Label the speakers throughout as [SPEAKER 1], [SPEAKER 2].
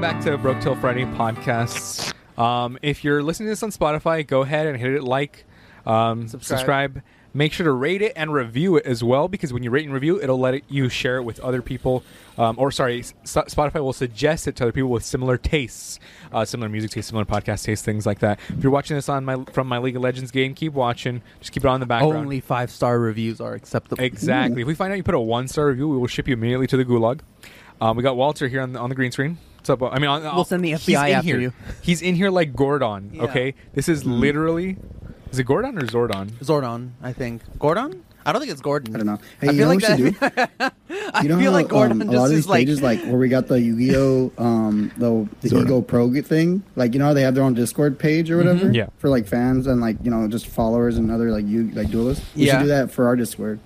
[SPEAKER 1] back to Brooktail Friday podcasts. Um, if you're listening to this on Spotify, go ahead and hit it like, um, subscribe.
[SPEAKER 2] Subscribe.
[SPEAKER 1] Make sure to rate it and review it as well, because when you rate and review, it'll let it, you share it with other people. Um, or sorry, S- Spotify will suggest it to other people with similar tastes, uh, similar music tastes, similar podcast tastes, things like that. If you're watching this on my from my League of Legends game, keep watching. Just keep it on in the background.
[SPEAKER 2] Only five star reviews are acceptable.
[SPEAKER 3] Hmm.
[SPEAKER 1] Exactly. If we find out you put a one star review, we will ship you immediately to the gulag. Um, we got Walter here on the, on the green screen. What's up? Wal- I mean, on,
[SPEAKER 2] We'll send the
[SPEAKER 1] he's
[SPEAKER 2] FBI
[SPEAKER 1] in
[SPEAKER 2] after
[SPEAKER 1] here.
[SPEAKER 2] you.
[SPEAKER 1] He's in here like Gordon.
[SPEAKER 2] Yeah.
[SPEAKER 1] Okay, this
[SPEAKER 3] Hmm.
[SPEAKER 1] is literally. Is it Gordon or Zordon?
[SPEAKER 2] Zordon, I think. Gordon? I don't think it's Gordon.
[SPEAKER 3] I don't know.
[SPEAKER 2] I
[SPEAKER 3] Hey, you
[SPEAKER 2] feel
[SPEAKER 3] know
[SPEAKER 2] like
[SPEAKER 3] what we should
[SPEAKER 2] that. I
[SPEAKER 3] You know
[SPEAKER 2] feel
[SPEAKER 3] how,
[SPEAKER 2] like Gordon
[SPEAKER 3] um, a lot
[SPEAKER 2] just
[SPEAKER 3] of
[SPEAKER 2] is
[SPEAKER 3] these
[SPEAKER 2] like,
[SPEAKER 3] pages, like where we got the Yu-Gi-Oh, um, the the Ego Pro thing. Like you know how they have their own Discord page
[SPEAKER 2] Mm-hmm.
[SPEAKER 3] or whatever,
[SPEAKER 1] Yeah.
[SPEAKER 3] for like fans and like you know just followers and other like you like duelists. We
[SPEAKER 2] Yeah.
[SPEAKER 3] should do that for our Discord.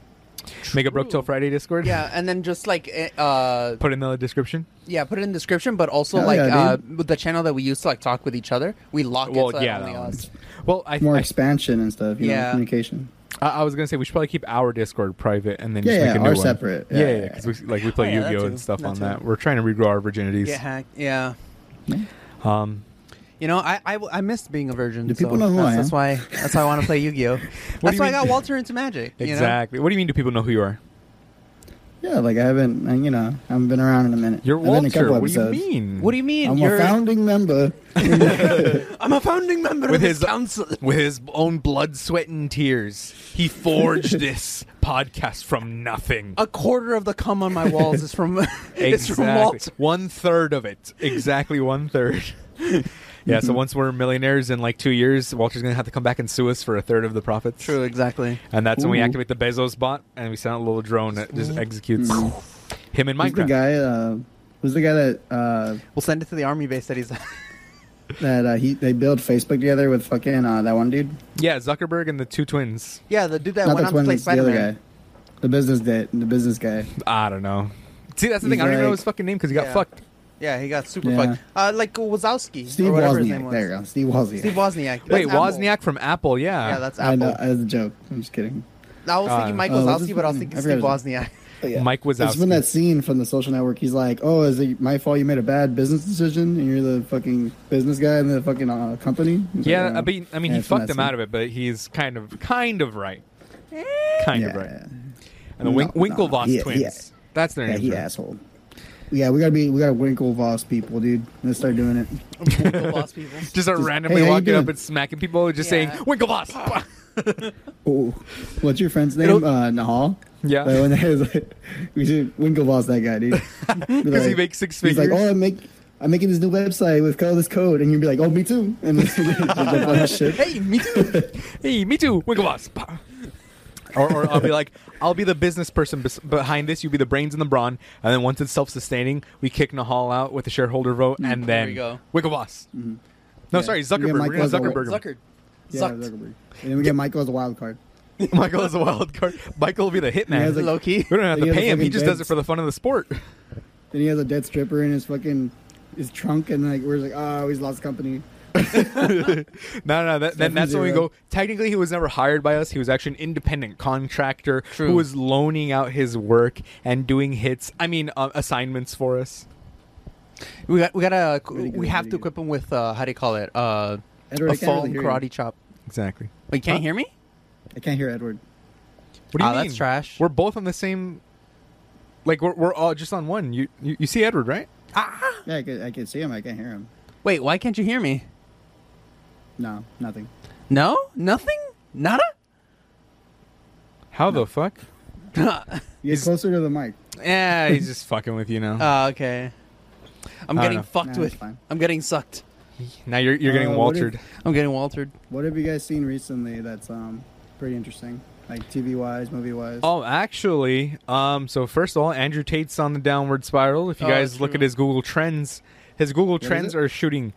[SPEAKER 1] Make a Broke Till Friday Discord.
[SPEAKER 2] yeah, and then just like eh, uh,
[SPEAKER 1] Put it in the description.
[SPEAKER 2] yeah, put it in the description, but also
[SPEAKER 3] Hell
[SPEAKER 2] like
[SPEAKER 3] Oh, yeah,
[SPEAKER 2] uh,
[SPEAKER 3] dude.
[SPEAKER 2] with the channel that we use to like talk with each other. We lock
[SPEAKER 1] well,
[SPEAKER 2] it so
[SPEAKER 1] yeah.
[SPEAKER 2] that only
[SPEAKER 1] that
[SPEAKER 2] us.
[SPEAKER 1] one. Well, I,
[SPEAKER 3] More
[SPEAKER 1] I,
[SPEAKER 3] expansion and stuff. You
[SPEAKER 2] Yeah.
[SPEAKER 3] know, communication.
[SPEAKER 1] I I was gonna say we should probably keep our Discord private and then
[SPEAKER 3] Yeah,
[SPEAKER 1] just make
[SPEAKER 3] yeah,
[SPEAKER 1] a new
[SPEAKER 3] ours
[SPEAKER 1] one.
[SPEAKER 3] separate.
[SPEAKER 1] Yeah,
[SPEAKER 3] Yeah,
[SPEAKER 1] yeah,
[SPEAKER 3] yeah,
[SPEAKER 1] 'cause we, like we play
[SPEAKER 2] Oh, yeah, that
[SPEAKER 1] Yu-Gi-Oh
[SPEAKER 2] too.
[SPEAKER 1] and stuff
[SPEAKER 2] That
[SPEAKER 1] on
[SPEAKER 2] too.
[SPEAKER 1] that. We're trying to regrow our virginities.
[SPEAKER 2] Get hacked. Yeah.
[SPEAKER 1] Um,
[SPEAKER 2] You know, I, I, I missed being a virgin.
[SPEAKER 3] Do people
[SPEAKER 2] so
[SPEAKER 3] know who
[SPEAKER 2] that's,
[SPEAKER 3] I am?
[SPEAKER 2] That's why that's why I want to play Yu Gi Oh.
[SPEAKER 1] do
[SPEAKER 2] That's
[SPEAKER 1] you
[SPEAKER 2] why I
[SPEAKER 1] mean?
[SPEAKER 2] got Walter into Magic. you know?
[SPEAKER 1] exactly. What do you mean? Do people know who you are?
[SPEAKER 3] Yeah, like I haven't, and, you know, I haven't been around in a minute.
[SPEAKER 1] You're
[SPEAKER 3] I've been in a
[SPEAKER 1] Walter.
[SPEAKER 3] couple
[SPEAKER 1] What do you
[SPEAKER 3] episodes.
[SPEAKER 1] mean?
[SPEAKER 2] What do you mean?
[SPEAKER 3] I'm
[SPEAKER 2] You're
[SPEAKER 3] a founding member.
[SPEAKER 2] I'm a founding member
[SPEAKER 1] With
[SPEAKER 2] of this
[SPEAKER 1] his-
[SPEAKER 2] council.
[SPEAKER 1] with his own blood, sweat, and tears, he forged this podcast from nothing.
[SPEAKER 2] A quarter of the cum on my walls is from it's from Walter.
[SPEAKER 1] One third of it. Exactly one third. yeah. So once we're millionaires in like two years, Walter's gonna have to come back and sue us for a third of the profits.
[SPEAKER 2] True, exactly.
[SPEAKER 1] And that's when we
[SPEAKER 3] Ooh.
[SPEAKER 1] activate the Bezos bot and we send out a little drone that just executes him in
[SPEAKER 3] Who's the
[SPEAKER 1] Minecraft.
[SPEAKER 3] guy? Uh, who's the guy that uh,
[SPEAKER 2] We'll send it to the army base that he's.
[SPEAKER 3] that uh, he they build Facebook together with fucking uh, that one dude?
[SPEAKER 1] Yeah, Zuckerberg and the two twins.
[SPEAKER 2] yeah, the dude that
[SPEAKER 3] Not
[SPEAKER 2] went on to
[SPEAKER 3] the
[SPEAKER 2] play
[SPEAKER 3] twins, the
[SPEAKER 2] Spider
[SPEAKER 3] other
[SPEAKER 2] Man.
[SPEAKER 3] guy, the business da- the business guy.
[SPEAKER 1] I don't know. See, that's the
[SPEAKER 3] He's
[SPEAKER 1] thing. I don't even know
[SPEAKER 3] like-
[SPEAKER 1] his fucking name because he got
[SPEAKER 2] Yeah.
[SPEAKER 1] fucked.
[SPEAKER 2] Yeah, he got super
[SPEAKER 3] Yeah.
[SPEAKER 2] fucked. Uh, like Wazowski
[SPEAKER 3] Steve
[SPEAKER 2] or whatever his name
[SPEAKER 3] Wozniak.
[SPEAKER 2] was.
[SPEAKER 3] There you go. Steve Wozniak.
[SPEAKER 2] Steve Wozniak.
[SPEAKER 1] Wait,
[SPEAKER 2] That's Apple.
[SPEAKER 1] Wozniak from Apple. Yeah.
[SPEAKER 2] Yeah, that's
[SPEAKER 3] I
[SPEAKER 2] Apple.
[SPEAKER 3] know, as a joke. I'm just kidding.
[SPEAKER 2] I was
[SPEAKER 1] Uh,
[SPEAKER 2] thinking Mike
[SPEAKER 3] oh, what's
[SPEAKER 2] Wazowski,
[SPEAKER 3] his
[SPEAKER 2] but I was
[SPEAKER 3] name?
[SPEAKER 2] thinking
[SPEAKER 3] I
[SPEAKER 2] Steve
[SPEAKER 3] forgot
[SPEAKER 2] Wazniak.
[SPEAKER 1] Mike
[SPEAKER 3] It's when
[SPEAKER 1] Wazowski.
[SPEAKER 3] that scene from the social network. He's like, "Oh, is it my fault? You made a bad business decision, and you're the fucking business guy in the fucking uh, company." He's
[SPEAKER 1] Yeah,
[SPEAKER 3] like,
[SPEAKER 1] I mean, I mean,
[SPEAKER 3] Yeah,
[SPEAKER 1] he
[SPEAKER 3] it's from
[SPEAKER 1] fucked
[SPEAKER 3] that
[SPEAKER 1] him
[SPEAKER 3] scene.
[SPEAKER 1] out of it, but he's kind of, kind of right,
[SPEAKER 2] Eh.
[SPEAKER 1] kind of right.
[SPEAKER 3] Yeah.
[SPEAKER 1] And the Wink
[SPEAKER 3] No, no,
[SPEAKER 1] Winklevoss
[SPEAKER 3] he- he-
[SPEAKER 1] twins. That's their
[SPEAKER 3] Yeah,
[SPEAKER 1] name.
[SPEAKER 3] he asshole. Yeah, we gotta be, we gotta Winklevoss people, dude. Let's start doing it.
[SPEAKER 2] Winklevoss people.
[SPEAKER 1] Just start
[SPEAKER 3] Just,
[SPEAKER 1] randomly
[SPEAKER 3] "Hey, how you
[SPEAKER 1] walking up
[SPEAKER 3] doing?"
[SPEAKER 1] and smacking people, just
[SPEAKER 2] Yeah.
[SPEAKER 1] saying Winklevoss.
[SPEAKER 3] Oh, what's your friend's name?
[SPEAKER 1] It'll-
[SPEAKER 3] Uh, Nahal.
[SPEAKER 1] Yeah.
[SPEAKER 3] Like, when they- like, we should Winklevoss that guy, dude.
[SPEAKER 1] Because he makes six
[SPEAKER 3] He's
[SPEAKER 1] figures.
[SPEAKER 3] like, oh, I'm make. I'm making this new website with all this code, and you'd be like, "Oh, me too!" And it's just a bunch of shit.
[SPEAKER 2] Hey, me too.
[SPEAKER 3] "Oh."
[SPEAKER 1] hey, me too, Winklevoss. Bah. or, or I'll be like, I'll be the business person bes- behind this. You be the brains and the brawn, and then once it's self-sustaining, we kick Nahal out with a shareholder vote, and
[SPEAKER 2] Mm, There
[SPEAKER 1] then
[SPEAKER 2] we go.
[SPEAKER 1] Winklevoss. No,
[SPEAKER 3] Mm-hmm. Yeah.
[SPEAKER 1] sorry,
[SPEAKER 3] You get
[SPEAKER 1] Zuckerberg. We're
[SPEAKER 3] Mike
[SPEAKER 1] gonna
[SPEAKER 3] Wazowski.
[SPEAKER 1] Zuckerberg. him.
[SPEAKER 2] Zuckered.
[SPEAKER 3] Yeah,
[SPEAKER 2] Zucked.
[SPEAKER 3] Zuckerberg. And then we get Michael as a wild card.
[SPEAKER 1] Michael is a wild card. Michael will be the hitman.
[SPEAKER 3] He has, like,
[SPEAKER 2] Low key.
[SPEAKER 1] we don't have
[SPEAKER 3] he
[SPEAKER 1] to
[SPEAKER 3] has a
[SPEAKER 1] pay him. He
[SPEAKER 3] fucking
[SPEAKER 1] just does it
[SPEAKER 3] beds.
[SPEAKER 1] for the fun of the sport.
[SPEAKER 3] Then he has a dead stripper in his fucking his trunk, and like we're just like, oh, he's lost company.
[SPEAKER 1] No, no, that, then
[SPEAKER 3] Seven
[SPEAKER 1] that's when we
[SPEAKER 3] zero.
[SPEAKER 1] go. Technically, he was never hired by us. He was actually an independent contractor
[SPEAKER 2] True.
[SPEAKER 1] who was loaning out his work and doing hits. I mean, uh, assignments for us.
[SPEAKER 2] We got we gotta
[SPEAKER 3] Really good,
[SPEAKER 2] we have
[SPEAKER 3] really
[SPEAKER 2] to
[SPEAKER 3] good.
[SPEAKER 2] equip him with uh, how do you call it uh,
[SPEAKER 3] Edward,
[SPEAKER 2] a
[SPEAKER 3] I can't
[SPEAKER 2] foam
[SPEAKER 3] really hear
[SPEAKER 2] karate
[SPEAKER 3] you.
[SPEAKER 2] chop.
[SPEAKER 1] Exactly.
[SPEAKER 2] Wait, you can't
[SPEAKER 1] Huh?
[SPEAKER 2] hear me?
[SPEAKER 3] I can't hear Edward.
[SPEAKER 1] What do you
[SPEAKER 2] Ah,
[SPEAKER 1] mean?
[SPEAKER 2] that's trash.
[SPEAKER 1] We're both on the same. Like we're, we're all just on one. You, you you see Edward right?
[SPEAKER 3] Yeah, I can, I can see him. I can't hear him.
[SPEAKER 2] Wait, why can't you hear me?
[SPEAKER 3] No, nothing.
[SPEAKER 2] No, nothing, nada.
[SPEAKER 1] How the fuck?
[SPEAKER 3] You get
[SPEAKER 1] He's-
[SPEAKER 3] closer to the mic.
[SPEAKER 1] Yeah, he's just fucking with you now.
[SPEAKER 2] Oh, okay. I'm
[SPEAKER 1] Hmm. I don't
[SPEAKER 2] getting
[SPEAKER 1] know.
[SPEAKER 2] fucked
[SPEAKER 3] Nah, it's
[SPEAKER 2] with.
[SPEAKER 3] fine.
[SPEAKER 2] I'm getting sucked.
[SPEAKER 1] now you're you're getting
[SPEAKER 3] Uh, what if-
[SPEAKER 1] Waltered.
[SPEAKER 2] I'm getting Waltered.
[SPEAKER 3] What have you guys seen recently that's um pretty interesting, like TV wise, movie wise?
[SPEAKER 1] Oh, actually, um, so first of all, Andrew Tate's on the downward spiral. If you
[SPEAKER 2] Oh,
[SPEAKER 1] guys
[SPEAKER 2] that's
[SPEAKER 1] look at
[SPEAKER 2] true.
[SPEAKER 1] his Google Trends, his Google
[SPEAKER 3] is
[SPEAKER 1] Trends
[SPEAKER 3] it?
[SPEAKER 1] are shooting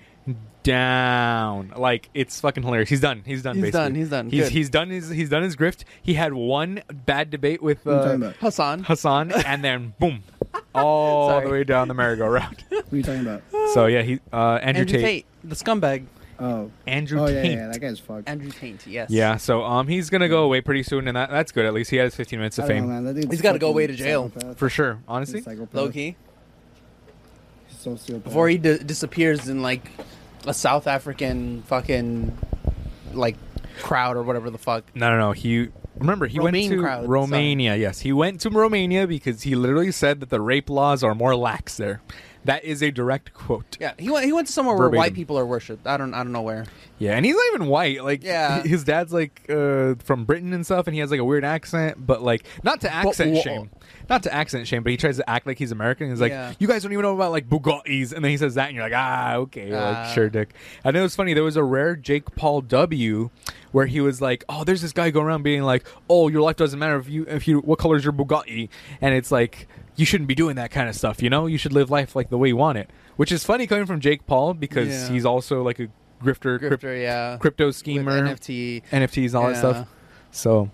[SPEAKER 1] down. Like it's fucking hilarious. He's done. He's done.
[SPEAKER 2] He's
[SPEAKER 1] basically.
[SPEAKER 2] done, he's done.
[SPEAKER 1] He's
[SPEAKER 2] Good.
[SPEAKER 1] he's done his he's done his grift. He had one bad debate with
[SPEAKER 3] What are you talking
[SPEAKER 1] uh,
[SPEAKER 3] about? What
[SPEAKER 2] Hassan.
[SPEAKER 1] Hassan, and then boom, all
[SPEAKER 2] Sorry.
[SPEAKER 1] the way down the merry-go-round.
[SPEAKER 3] are you talking about?
[SPEAKER 1] so yeah, he uh, Andrew,
[SPEAKER 2] Andrew Tate. the scumbag.
[SPEAKER 3] Oh,
[SPEAKER 1] Andrew
[SPEAKER 3] oh yeah,
[SPEAKER 1] Tate.
[SPEAKER 3] yeah, yeah, that guy's fucked.
[SPEAKER 2] Andrew Tate. Yes.
[SPEAKER 1] Yeah, so um, he's gonna go away pretty soon, and that, that's good. At least he has 15 minutes of
[SPEAKER 3] I don't
[SPEAKER 1] fame
[SPEAKER 3] know, man. That dude's
[SPEAKER 2] He's gotta go
[SPEAKER 3] fucking
[SPEAKER 2] away to jail.
[SPEAKER 3] psychopath.
[SPEAKER 1] for sure.
[SPEAKER 3] He's a
[SPEAKER 1] Honestly,
[SPEAKER 3] psychopath.
[SPEAKER 2] Low key.
[SPEAKER 3] He's sociopath.
[SPEAKER 2] before he di- disappears in like a South African fucking like crowd or whatever the fuck.
[SPEAKER 1] No, no, no. He remember he
[SPEAKER 2] Romaine
[SPEAKER 1] went to
[SPEAKER 2] crowd,
[SPEAKER 1] Romania. Yes, he went to Romania because he literally said that the rape laws are more lax there. That is a direct quote.
[SPEAKER 2] Yeah, he went. He went to somewhere where
[SPEAKER 1] Verbatim.
[SPEAKER 2] white people are worshipped. I don't. I don't know where.
[SPEAKER 1] Yeah, and he's not even white. Like,
[SPEAKER 2] Yeah.
[SPEAKER 1] h- his dad's like uh, from Britain and stuff, and he has like a weird accent. But like, not to accent
[SPEAKER 2] wha-
[SPEAKER 1] shame, not to accent shame, but he tries to act like he's American. He's like,
[SPEAKER 2] Yeah.
[SPEAKER 1] you guys don't even know about like Bugattis, and then he says that, and you're like, ah, okay,
[SPEAKER 2] Ah.
[SPEAKER 1] like sure, dick. And it was funny. There was a rare Jake Paul W. Where he was like, "Oh, there's this guy going around being like, oh, your life doesn't matter if you if you what color is your Bugatti," and it's like you shouldn't be doing that kind of stuff. You know, you should live life like the way you want it, which is funny coming from Jake Paul because
[SPEAKER 2] Yeah.
[SPEAKER 1] he's also like a grifter,
[SPEAKER 2] Grifter,
[SPEAKER 1] crypt-
[SPEAKER 2] yeah.
[SPEAKER 1] crypto
[SPEAKER 2] With
[SPEAKER 1] schemer,
[SPEAKER 2] NFT.
[SPEAKER 1] NFTs, and all that
[SPEAKER 2] Yeah.
[SPEAKER 1] stuff. So,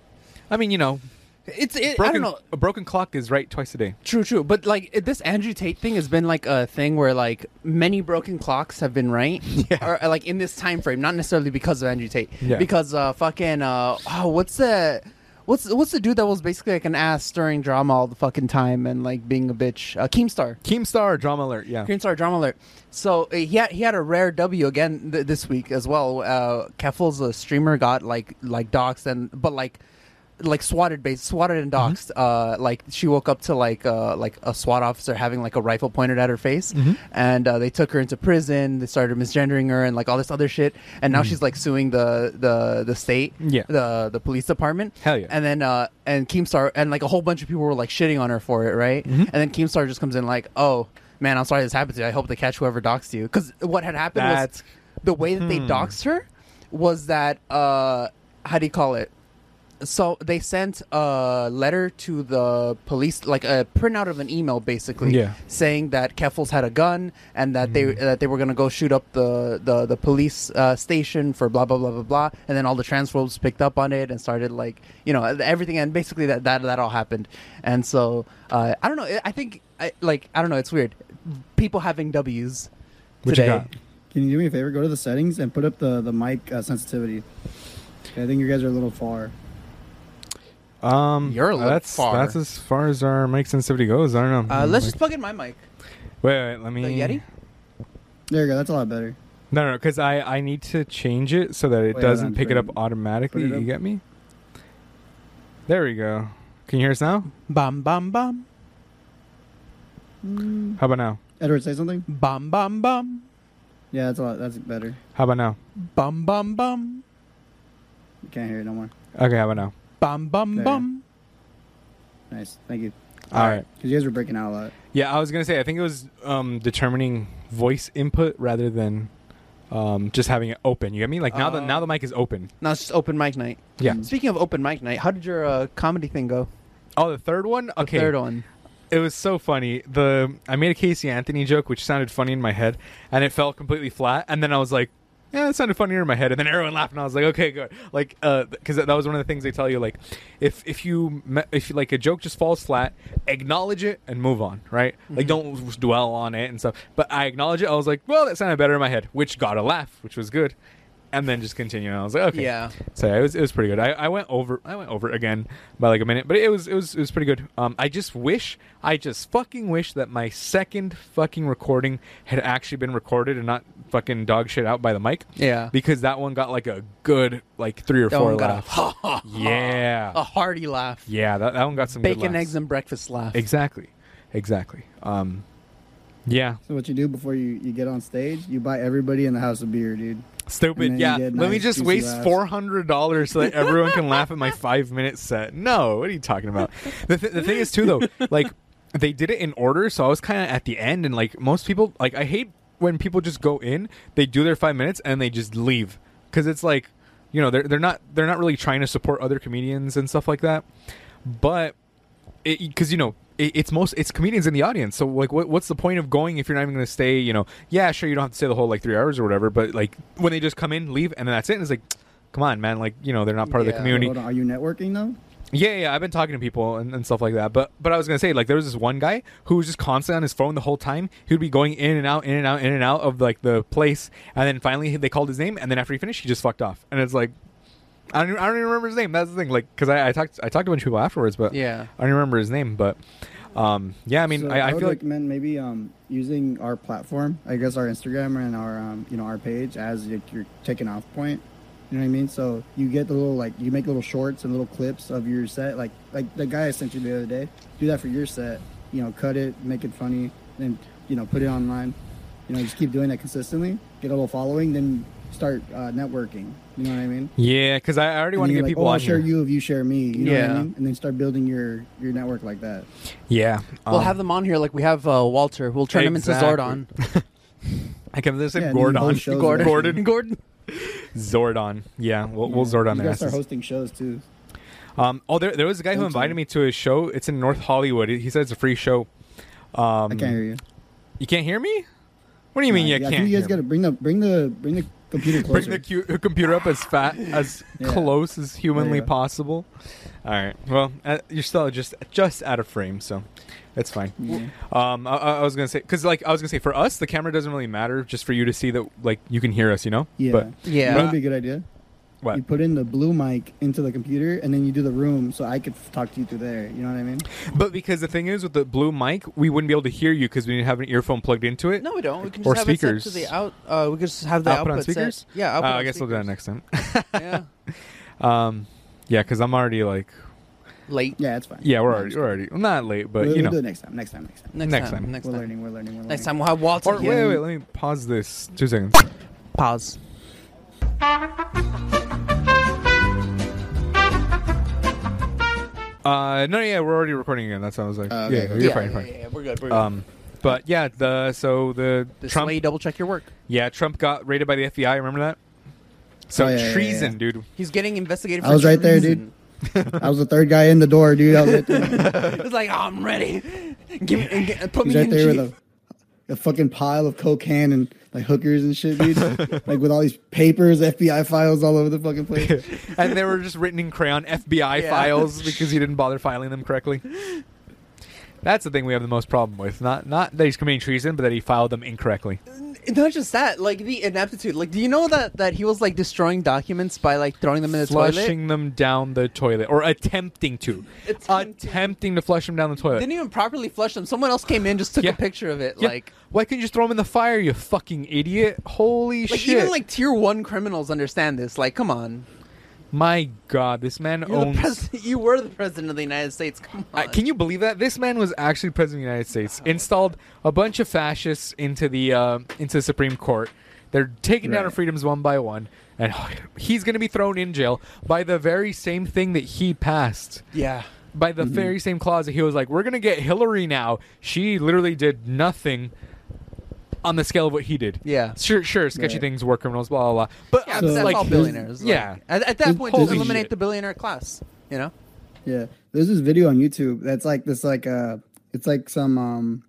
[SPEAKER 1] I mean, you know,
[SPEAKER 2] It's. It, I
[SPEAKER 1] broken,
[SPEAKER 2] don't know.
[SPEAKER 1] a broken clock is right twice a day.
[SPEAKER 2] True, true. But like it- this Andrew Tate thing has been like a thing where like many broken clocks have been right, or like in this time frame, not necessarily because of Andrew Tate,
[SPEAKER 1] Yeah.
[SPEAKER 2] because uh, fucking uh, oh, what's the what's what's the dude that was basically like an ass stirring drama all the fucking time and like being a bitch, uh, Keemstar.
[SPEAKER 1] Keemstar drama alert. Yeah,
[SPEAKER 2] Keemstar drama alert. So uh, he had, he had a rare W again th- this week as well. Uh, Keffel's a streamer got like like doxxed and but like like swatted based swatted and doxxed.
[SPEAKER 1] Mm-hmm.
[SPEAKER 2] Uh, like she woke up to like uh, like a SWAT officer having like a rifle pointed at her face,
[SPEAKER 1] Mm-hmm.
[SPEAKER 2] and uh, they took her into prison. They started misgendering her and like all this other shit. And now she's like suing the the the state,
[SPEAKER 1] Mm-hmm. Yeah.
[SPEAKER 2] the the police department.
[SPEAKER 1] Hell yeah.
[SPEAKER 2] And then uh, and Keemstar and like a whole bunch of people were like shitting on her for it, right?
[SPEAKER 1] Mm-hmm.
[SPEAKER 2] And then Keemstar just comes in like, oh man, I'm sorry this happened to you. I hope they catch whoever doxed you. Because what had happened
[SPEAKER 1] That's- Hmm.
[SPEAKER 2] was the way that they doxed her was that uh, how do you call it? So they sent a letter to the police, like a printout of an email, basically,
[SPEAKER 1] Yeah. Mm-hmm.
[SPEAKER 2] saying that Keffels had a gun and that they that they were gonna go shoot up the the, the police uh, station for blah blah blah blah blah. And then all the transphobes picked up on it and started like you know everything and basically that that, that all happened. And so uh, I don't know. I- I think I, like I don't know. It's weird. People having W's
[SPEAKER 1] What you
[SPEAKER 2] today.
[SPEAKER 1] got?
[SPEAKER 3] Can you do me a favor? Go to the settings and put up the the mic uh, sensitivity. I think you guys are a little far.
[SPEAKER 1] Um,
[SPEAKER 2] You're a little
[SPEAKER 1] that's
[SPEAKER 2] far.
[SPEAKER 1] that's as far as our mic sensitivity goes. I don't know.
[SPEAKER 2] Uh, let's
[SPEAKER 1] Like-
[SPEAKER 2] just plug in my mic.
[SPEAKER 1] wait, wait. Let me
[SPEAKER 2] The Yeti.
[SPEAKER 3] There you go. That's a lot better.
[SPEAKER 1] No, no, because I I need to change it so that it
[SPEAKER 3] Wait,
[SPEAKER 1] doesn't
[SPEAKER 3] hold on,
[SPEAKER 1] pick it up
[SPEAKER 3] put it-
[SPEAKER 1] automatically.
[SPEAKER 3] put it up.
[SPEAKER 1] You get me? There we go. Can you hear us now?
[SPEAKER 2] Bam bam bam. Mm.
[SPEAKER 1] How about now?
[SPEAKER 3] Edward, say something.
[SPEAKER 2] Bum bum bum.
[SPEAKER 3] Yeah, that's a lot. That's better.
[SPEAKER 1] How about now?
[SPEAKER 2] Bum bum bum.
[SPEAKER 3] You can't hear it no more.
[SPEAKER 1] Okay, how about now?
[SPEAKER 2] Bum bum
[SPEAKER 3] There.
[SPEAKER 2] bum.
[SPEAKER 3] Nice. Thank you.
[SPEAKER 1] All right.
[SPEAKER 3] Because you guys were breaking out a lot.
[SPEAKER 1] Yeah, I was gonna say. I think it was um, determining voice input rather than um, just having it open. You get me? Like now that
[SPEAKER 2] Oh.
[SPEAKER 1] now the mic is open.
[SPEAKER 2] Now it's just open mic night.
[SPEAKER 1] Yeah.
[SPEAKER 2] Speaking of open mic night, how did your uh, comedy thing go?
[SPEAKER 1] Oh, the third one. Okay,
[SPEAKER 2] Third one.
[SPEAKER 1] it was so funny. The I made a Casey Anthony joke, which sounded funny in my head, and it fell completely flat. And then I was like. Yeah, that sounded funnier in my head, and then everyone laughed, and I was like, "Okay, good." Like, because that was one of the things they tell you, like, if if you me- if like a joke just falls flat, acknowledge it and move on, right? Like, don't dwell on it and stuff. But I acknowledge it. I was like, "Well, that sounded better in my head," which got a laugh, which was good, and then just continue. And I was like, "Okay,
[SPEAKER 2] Yeah.
[SPEAKER 1] so yeah, it was it was pretty good. I, I went over I went over it again by like a minute, but it was it was it was pretty good. Um, I just wish I just fucking wish that my second fucking recording had actually been recorded and not fucking dog shit out by the mic.
[SPEAKER 2] Yeah.
[SPEAKER 1] Because that one got like a good like three or
[SPEAKER 2] That
[SPEAKER 1] four
[SPEAKER 2] one got a
[SPEAKER 1] laughs. yeah.
[SPEAKER 2] A hearty laugh.
[SPEAKER 1] Yeah, that, that one got some good
[SPEAKER 2] Bacon,
[SPEAKER 1] laughs.
[SPEAKER 2] eggs, and breakfast laugh.
[SPEAKER 1] Exactly. Exactly. Um yeah,
[SPEAKER 3] So what you do before you, you get on stage, you buy everybody in the house a beer, dude. And
[SPEAKER 1] stupid.
[SPEAKER 3] then
[SPEAKER 1] Yeah,
[SPEAKER 3] you
[SPEAKER 1] let
[SPEAKER 3] get
[SPEAKER 1] me
[SPEAKER 3] nice,
[SPEAKER 1] just
[SPEAKER 3] juicy
[SPEAKER 1] waste
[SPEAKER 3] laughs.
[SPEAKER 1] four hundred dollars so that everyone can laugh at my five minute set. No, what are you talking about? The, th- the thing is too though, like they did it in order, so I was kind of at the end, and like most people, like I hate when people just go in, they do their five minutes, and they just leave because it's like, you know, they're they're not they're not really trying to support other comedians and stuff like that, but because you know it, it's most it's comedians in the audience so like what, what's the point of going if you're not even going to stay you know yeah sure you don't have to stay the whole like three hours or whatever but like when they just come in leave and then that's it and it's like come on man like you know they're not part of the
[SPEAKER 2] Yeah.
[SPEAKER 1] community
[SPEAKER 3] Hold on. Are you networking though?
[SPEAKER 1] yeah, yeah, I've been talking to people and, and stuff like that. But but I was gonna say like there was this one guy who was just constantly on his phone the whole time. He would be going in and out, in and out, in and out of like the place, and then finally they called his name, and then after he finished, he just fucked off. And it's like I don't even, I don't even remember his name. That's the thing, like because I, I talked I talked to a bunch of people afterwards, but
[SPEAKER 2] Yeah.
[SPEAKER 1] I don't remember his name. But Um, yeah, I mean,
[SPEAKER 3] So
[SPEAKER 1] I, I
[SPEAKER 3] would
[SPEAKER 1] feel like
[SPEAKER 3] recommend maybe um, using our platform, I guess our Instagram and our um, you know our page as your, your taking off point. You know what I mean? So you get the little like you make little shorts and little clips of your set, like like the guy I sent you the other day. Do that for your set. You know, cut it, make it funny, then you know put it online. You know, just keep doing that consistently. Get a little following, then start uh, networking. You know what I mean?
[SPEAKER 1] yeah, because I I already want to get
[SPEAKER 3] And you're like,
[SPEAKER 1] people
[SPEAKER 3] oh, I'll
[SPEAKER 1] on
[SPEAKER 3] share
[SPEAKER 1] here.
[SPEAKER 3] you if you share me. You know what
[SPEAKER 2] Yeah.
[SPEAKER 3] I mean? And then start building your your network like that.
[SPEAKER 1] Yeah,
[SPEAKER 2] We'll
[SPEAKER 1] um,
[SPEAKER 2] have them on here like we have uh, Walter. We'll turn
[SPEAKER 1] Exactly.
[SPEAKER 2] him into
[SPEAKER 1] I can this
[SPEAKER 3] Yeah,
[SPEAKER 1] yeah,
[SPEAKER 3] and you
[SPEAKER 1] Gordon,
[SPEAKER 3] host shows
[SPEAKER 1] Gordon,
[SPEAKER 3] and
[SPEAKER 1] Gordon,
[SPEAKER 2] Zordon. Gordon.
[SPEAKER 1] Zordon. Yeah, we'll, we'll
[SPEAKER 3] Yeah.
[SPEAKER 1] Zordon
[SPEAKER 3] You
[SPEAKER 1] their
[SPEAKER 3] guys start
[SPEAKER 1] asses.
[SPEAKER 3] hosting shows too.
[SPEAKER 1] Um, oh, there, there was a guy who
[SPEAKER 3] Thank
[SPEAKER 1] invited
[SPEAKER 3] you.
[SPEAKER 1] me to his show. It's in North Hollywood. He he said it's a free show. Um,
[SPEAKER 3] I can't hear you.
[SPEAKER 1] You can't hear me? What do you mean
[SPEAKER 3] Yeah,
[SPEAKER 1] you
[SPEAKER 3] yeah, I
[SPEAKER 1] can't?
[SPEAKER 3] think you guys
[SPEAKER 1] hear
[SPEAKER 3] gotta
[SPEAKER 1] me?
[SPEAKER 3] bring the bring the bring the computer closer.
[SPEAKER 1] Bring the cu- computer up as fat as
[SPEAKER 3] Yeah.
[SPEAKER 1] close as humanly
[SPEAKER 3] There you go.
[SPEAKER 1] possible. All right. Well, uh, you're still just just out of frame, so that's fine.
[SPEAKER 3] Yeah.
[SPEAKER 1] Um, I, I I was gonna say because like I was gonna say for us the camera doesn't really matter just for you to see that like you can hear us, you know.
[SPEAKER 3] yeah.
[SPEAKER 1] But
[SPEAKER 3] that
[SPEAKER 2] Yeah.
[SPEAKER 3] would be a good idea.
[SPEAKER 1] what?
[SPEAKER 3] You put in the blue mic into the computer, and then you do the room, so I could f- talk to you through there. You know what I mean?
[SPEAKER 1] But because the thing is with the blue mic, we wouldn't be able to hear you because we didn't have an earphone plugged into it.
[SPEAKER 2] No, we don't. We can just
[SPEAKER 1] Or
[SPEAKER 2] have
[SPEAKER 1] speakers.
[SPEAKER 2] it set to the out. Uh, we can just have the
[SPEAKER 1] Output
[SPEAKER 2] output,
[SPEAKER 1] on
[SPEAKER 2] set-
[SPEAKER 1] speakers?
[SPEAKER 2] Yeah,
[SPEAKER 1] Uh,
[SPEAKER 2] output on
[SPEAKER 1] I guess we'll do that
[SPEAKER 2] speakers.
[SPEAKER 1] next time.
[SPEAKER 2] yeah,
[SPEAKER 1] Um, yeah, because I'm already like,
[SPEAKER 2] late.
[SPEAKER 3] Yeah, it's fine.
[SPEAKER 1] yeah, we're
[SPEAKER 3] No,
[SPEAKER 1] already,
[SPEAKER 3] it's
[SPEAKER 1] we're already, I'm not late,
[SPEAKER 3] fine.
[SPEAKER 1] but
[SPEAKER 3] we'll,
[SPEAKER 1] you
[SPEAKER 3] we'll do
[SPEAKER 1] know.
[SPEAKER 3] it next time. Next time. Next time.
[SPEAKER 2] Next,
[SPEAKER 1] Next
[SPEAKER 2] time.
[SPEAKER 1] time.
[SPEAKER 2] Next
[SPEAKER 3] we're
[SPEAKER 2] time.
[SPEAKER 3] learning. We're learning. We're
[SPEAKER 2] Next
[SPEAKER 3] learning.
[SPEAKER 2] time we'll have Walter.
[SPEAKER 1] Or wait,
[SPEAKER 2] here.
[SPEAKER 1] wait, wait, let me pause this. Two seconds.
[SPEAKER 2] Pause.
[SPEAKER 1] Uh, no, yeah, we're already recording again. That's what I was like.
[SPEAKER 3] Uh, okay,
[SPEAKER 1] yeah,
[SPEAKER 3] okay.
[SPEAKER 1] you're
[SPEAKER 2] yeah,
[SPEAKER 1] fine,
[SPEAKER 2] yeah,
[SPEAKER 1] you're fine.
[SPEAKER 2] yeah, yeah, we're good. We're good.
[SPEAKER 1] Um, but yeah, the so the
[SPEAKER 2] Just
[SPEAKER 1] Trump,
[SPEAKER 2] let you double check your work.
[SPEAKER 1] yeah, Trump got raided by the FBI. Remember that? So
[SPEAKER 3] Oh, yeah, yeah, yeah,
[SPEAKER 1] treason,
[SPEAKER 3] yeah.
[SPEAKER 1] dude.
[SPEAKER 2] He's getting investigated.
[SPEAKER 3] I
[SPEAKER 2] for
[SPEAKER 3] was right there,
[SPEAKER 2] treason.
[SPEAKER 3] I was the third guy in the door, dude. I was right there,
[SPEAKER 2] it's like I'm ready. Give me, get, put
[SPEAKER 3] He's
[SPEAKER 2] me
[SPEAKER 3] right
[SPEAKER 2] in
[SPEAKER 3] there with
[SPEAKER 2] jail.
[SPEAKER 3] a, a fucking pile of cocaine and like hookers and shit, dude. like with all these papers, FBI files all over the fucking place.
[SPEAKER 1] and they were just written in crayon FBI
[SPEAKER 2] Yeah.
[SPEAKER 1] files because he didn't bother filing them correctly. That's the thing we have the most problem with. Not not that he's committing treason, but that he filed them incorrectly.
[SPEAKER 2] Not just that, like the ineptitude. Like, do you know that that he was like destroying documents by like throwing them in the toilet?
[SPEAKER 1] flushing them down the toilet or attempting to.
[SPEAKER 2] Attempting.
[SPEAKER 1] Attempting to flush them down the toilet.
[SPEAKER 2] Didn't even properly flush them. Someone else came in, just took
[SPEAKER 1] Yeah.
[SPEAKER 2] a picture of it.
[SPEAKER 1] Yeah.
[SPEAKER 2] Like,
[SPEAKER 1] why couldn't you just throw them in the fire, you fucking idiot? Holy
[SPEAKER 2] like
[SPEAKER 1] shit.
[SPEAKER 2] even like tier one criminals understand this. Like, come on,
[SPEAKER 1] My god, this man
[SPEAKER 2] You're the
[SPEAKER 1] owns
[SPEAKER 2] president. You were the president of the United States. Come on.
[SPEAKER 1] Uh, can you believe that this man was actually president of the United States? Installed a bunch of fascists into the uh, into the Supreme Court. They're taking down our
[SPEAKER 3] Right.
[SPEAKER 1] freedoms one by one, and he's going to be thrown in jail by the very same thing that he passed.
[SPEAKER 2] Yeah.
[SPEAKER 1] By the very same clause that he was like, "We're going to get Hillary now." She literally did nothing on the scale of what he did.
[SPEAKER 2] Yeah.
[SPEAKER 1] sure, sure, sketchy
[SPEAKER 3] Right.
[SPEAKER 1] things, war criminals, blah blah blah. But
[SPEAKER 2] Yeah,
[SPEAKER 1] uh,
[SPEAKER 2] but that's
[SPEAKER 1] like,
[SPEAKER 2] all billionaires. like,
[SPEAKER 1] yeah.
[SPEAKER 2] at, at that point, just
[SPEAKER 1] Holy
[SPEAKER 2] eliminate
[SPEAKER 1] shit.
[SPEAKER 2] the billionaire class. You know.
[SPEAKER 3] Yeah, there's this video on YouTube that's like this, like uh, it's like some um,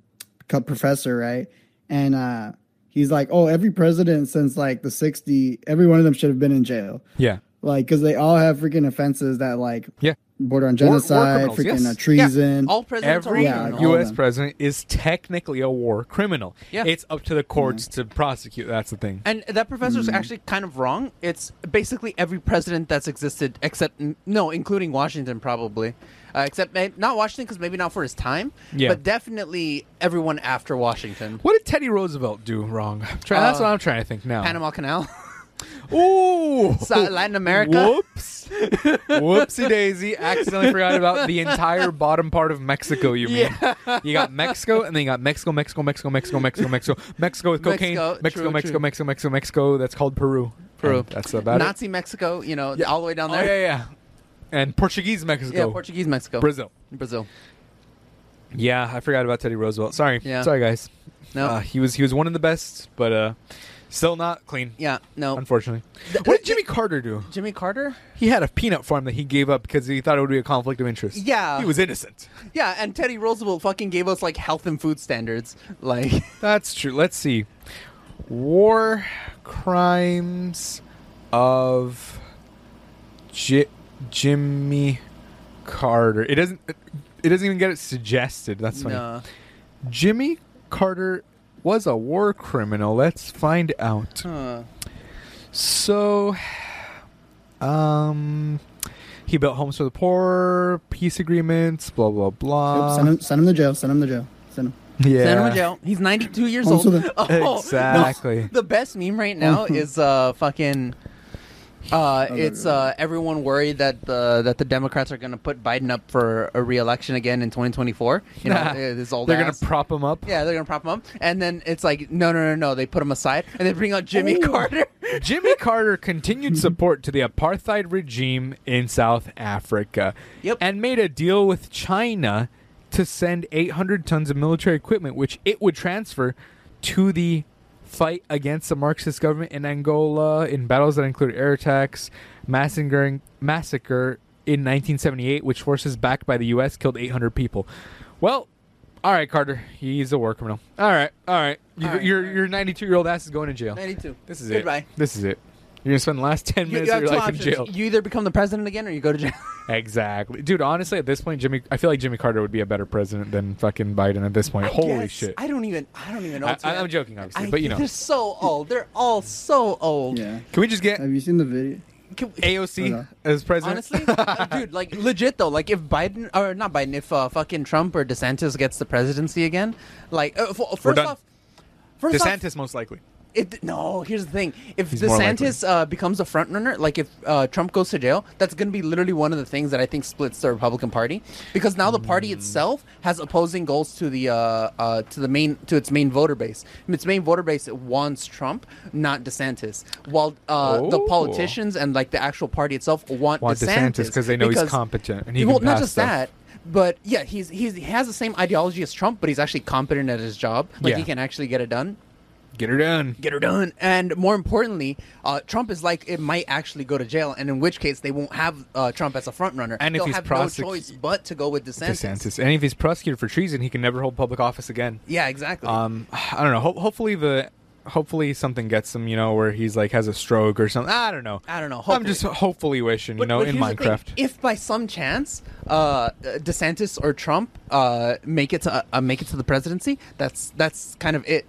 [SPEAKER 3] co- professor, right? And uh, he's like, oh, every president since like the '60, every one of them should have been in jail,
[SPEAKER 1] yeah,
[SPEAKER 3] like because they all have freaking offenses that like
[SPEAKER 1] yeah.
[SPEAKER 3] border on
[SPEAKER 1] war
[SPEAKER 3] genocide,
[SPEAKER 1] criminals,
[SPEAKER 3] freaking
[SPEAKER 1] yes.
[SPEAKER 3] uh, treason.
[SPEAKER 2] All presidents
[SPEAKER 1] every
[SPEAKER 2] are
[SPEAKER 3] Yeah,
[SPEAKER 2] criminals.
[SPEAKER 3] all of
[SPEAKER 1] U.S.
[SPEAKER 3] them.
[SPEAKER 1] president is technically a war criminal.
[SPEAKER 2] Yeah.
[SPEAKER 1] It's up to the courts to prosecute. That's the thing.
[SPEAKER 2] And that professor's
[SPEAKER 1] Hmm.
[SPEAKER 2] actually kind of wrong. It's basically every president that's existed, except n- no, including Washington, probably, uh, except may- not Washington because maybe not for his time,
[SPEAKER 1] Yeah.
[SPEAKER 2] but definitely everyone after Washington.
[SPEAKER 1] What did Teddy Roosevelt do wrong? I'm trying, that's
[SPEAKER 2] Uh,
[SPEAKER 1] what I'm trying to think now.
[SPEAKER 2] Panama Canal,
[SPEAKER 1] Ooh.
[SPEAKER 2] So- Latin America.
[SPEAKER 1] Whoops. Whoopsie daisy. Accidentally forgot about the entire bottom part of Mexico, you mean. You got Mexico, and then you got Mexico, Mexico, Mexico, Mexico, Mexico, Mexico, Mexico with cocaine.
[SPEAKER 2] Mexico,
[SPEAKER 1] Mexico, Mexico,
[SPEAKER 2] true,
[SPEAKER 1] Mexico,
[SPEAKER 2] true.
[SPEAKER 1] Mexico, Mexico, That's called Peru.
[SPEAKER 2] Peru.
[SPEAKER 1] And that's about it.
[SPEAKER 2] Nazi Mexico, you know, all the way down
[SPEAKER 1] Oh,
[SPEAKER 2] there.
[SPEAKER 1] yeah, yeah. And Portuguese Mexico.
[SPEAKER 2] Yeah, Portuguese Mexico,
[SPEAKER 1] Brazil.
[SPEAKER 2] Brazil.
[SPEAKER 1] Yeah, I forgot about Teddy Roosevelt. Sorry,
[SPEAKER 2] Yeah.
[SPEAKER 1] sorry guys.
[SPEAKER 2] No.
[SPEAKER 1] Uh, he was he was one of the best, but uh, still not clean.
[SPEAKER 2] Yeah, no.
[SPEAKER 1] Unfortunately,
[SPEAKER 2] Th-
[SPEAKER 1] what did
[SPEAKER 2] th-
[SPEAKER 1] Jimmy Carter do?
[SPEAKER 2] Jimmy Carter?
[SPEAKER 1] He had a peanut farm that he gave up because he thought it would be a conflict of interest.
[SPEAKER 2] Yeah.
[SPEAKER 1] he was innocent.
[SPEAKER 2] Yeah, and Teddy Roosevelt fucking gave us like health and food standards. Like,
[SPEAKER 1] That's true. Let's see, war crimes of Ji- Jimmy Carter. It doesn't. It doesn't even get it suggested. That's funny.
[SPEAKER 2] no.
[SPEAKER 1] Jimmy Carter was a war criminal. Let's find out.
[SPEAKER 2] Huh.
[SPEAKER 1] So, um, He built homes for the poor, peace agreements, blah blah blah.
[SPEAKER 3] send him, send him to jail. Send him to jail. Send him.
[SPEAKER 1] yeah,
[SPEAKER 2] Send him to jail. He's 92 years old.
[SPEAKER 3] Also the-
[SPEAKER 2] no.
[SPEAKER 1] Exactly.
[SPEAKER 2] The best meme right now is uh fucking uh
[SPEAKER 3] no,
[SPEAKER 2] it's
[SPEAKER 3] no, no.
[SPEAKER 2] uh everyone worried that the that the Democrats are going to put Biden up for a re-election again in 2024. You know, uh, this old
[SPEAKER 1] They're gonna
[SPEAKER 2] ass.
[SPEAKER 1] prop him up.
[SPEAKER 2] yeah, they're gonna prop him up, and then it's like, no, no, no, no. They put him aside, and they bring out Jimmy
[SPEAKER 1] Ooh.
[SPEAKER 2] Carter.
[SPEAKER 1] Jimmy Carter continued support to the apartheid regime in South Africa
[SPEAKER 2] Yep.
[SPEAKER 1] and made a deal with China to send 800 tons of military equipment, which it would transfer to the fight against the Marxist government in Angola in battles that included air attacks, massacring, massacre in 1978, which forces backed by the U.S. killed 800 people. Well, all right, Carter, he's a war criminal. All right, all right. You,
[SPEAKER 2] All right,
[SPEAKER 1] your
[SPEAKER 2] all right.
[SPEAKER 1] your 92 year old ass is going to jail.
[SPEAKER 2] 92.
[SPEAKER 1] This is
[SPEAKER 2] Goodbye.
[SPEAKER 1] it. This is it. You're gonna spend the last ten
[SPEAKER 2] You,
[SPEAKER 1] minutes
[SPEAKER 2] you
[SPEAKER 1] of
[SPEAKER 2] have
[SPEAKER 1] your
[SPEAKER 2] two
[SPEAKER 1] life in
[SPEAKER 2] options.
[SPEAKER 1] jail.
[SPEAKER 2] You either become the president again, or you go to jail.
[SPEAKER 1] Exactly, dude. Honestly, at this point, Jimmy, I feel like Jimmy Carter would be a better president than fucking Biden at this point.
[SPEAKER 2] I
[SPEAKER 1] Holy
[SPEAKER 2] guess.
[SPEAKER 1] shit!
[SPEAKER 2] I don't even. I don't even know.
[SPEAKER 1] I-
[SPEAKER 2] what's
[SPEAKER 1] I-
[SPEAKER 2] gonna-
[SPEAKER 1] I'm joking, obviously,
[SPEAKER 2] I-
[SPEAKER 1] but you know.
[SPEAKER 2] they're so old. They're all so old.
[SPEAKER 3] Yeah.
[SPEAKER 1] Can we just get
[SPEAKER 3] Have you seen the video?
[SPEAKER 2] Can-
[SPEAKER 1] AOC
[SPEAKER 3] Okay.
[SPEAKER 1] as president?
[SPEAKER 2] honestly, uh, dude, like legit though, like if Biden or not Biden, if uh, fucking Trump or DeSantis gets the presidency again, like uh, f- first
[SPEAKER 1] done.
[SPEAKER 2] off, first off,
[SPEAKER 1] DeSantis most likely.
[SPEAKER 2] it, no, here's the thing. If
[SPEAKER 1] He's more
[SPEAKER 2] DeSantis uh, becomes a front runner, like if uh, Trump goes to jail, that's going to be literally one of the things that I think splits the Republican Party because now the
[SPEAKER 1] Mm.
[SPEAKER 2] party itself has opposing goals to the uh, uh, to the main to its main voter base. Its main voter base wants Trump, not DeSantis, while uh, the
[SPEAKER 1] Oh.
[SPEAKER 2] politicians and like the actual party itself want,
[SPEAKER 1] Want DeSantis, 'cause they know he's competent and he
[SPEAKER 2] well,
[SPEAKER 1] can
[SPEAKER 2] not
[SPEAKER 1] pass
[SPEAKER 2] just
[SPEAKER 1] stuff.
[SPEAKER 2] that. But yeah, he's, he's he has the same ideology as Trump, but he's actually competent at his job. Like
[SPEAKER 1] Yeah.
[SPEAKER 2] he can actually get it done
[SPEAKER 1] Get her done.
[SPEAKER 2] get her done. And more importantly, uh, Trump is like it might actually go to jail, and in which case they won't have uh, Trump as a front runner.
[SPEAKER 1] And if
[SPEAKER 2] They'll
[SPEAKER 1] he's
[SPEAKER 2] have
[SPEAKER 1] prosec-
[SPEAKER 2] no choice but to go with DeSantis.
[SPEAKER 1] DeSantis, and if he's prosecuted for treason, he can never hold public office again.
[SPEAKER 2] Yeah, exactly.
[SPEAKER 1] Um, I don't know. Ho- hopefully the. Hopefully something gets him, you know, where he's like has a stroke or something. I don't know.
[SPEAKER 2] I don't know.
[SPEAKER 1] I'm
[SPEAKER 2] Hopefully.
[SPEAKER 1] just hopefully wishing, you
[SPEAKER 2] But-
[SPEAKER 1] know,
[SPEAKER 2] but
[SPEAKER 1] in
[SPEAKER 2] here's the thing.
[SPEAKER 1] Minecraft.
[SPEAKER 2] if by some chance uh, DeSantis or Trump uh, make it to uh, make it to the presidency, that's that's kind of it.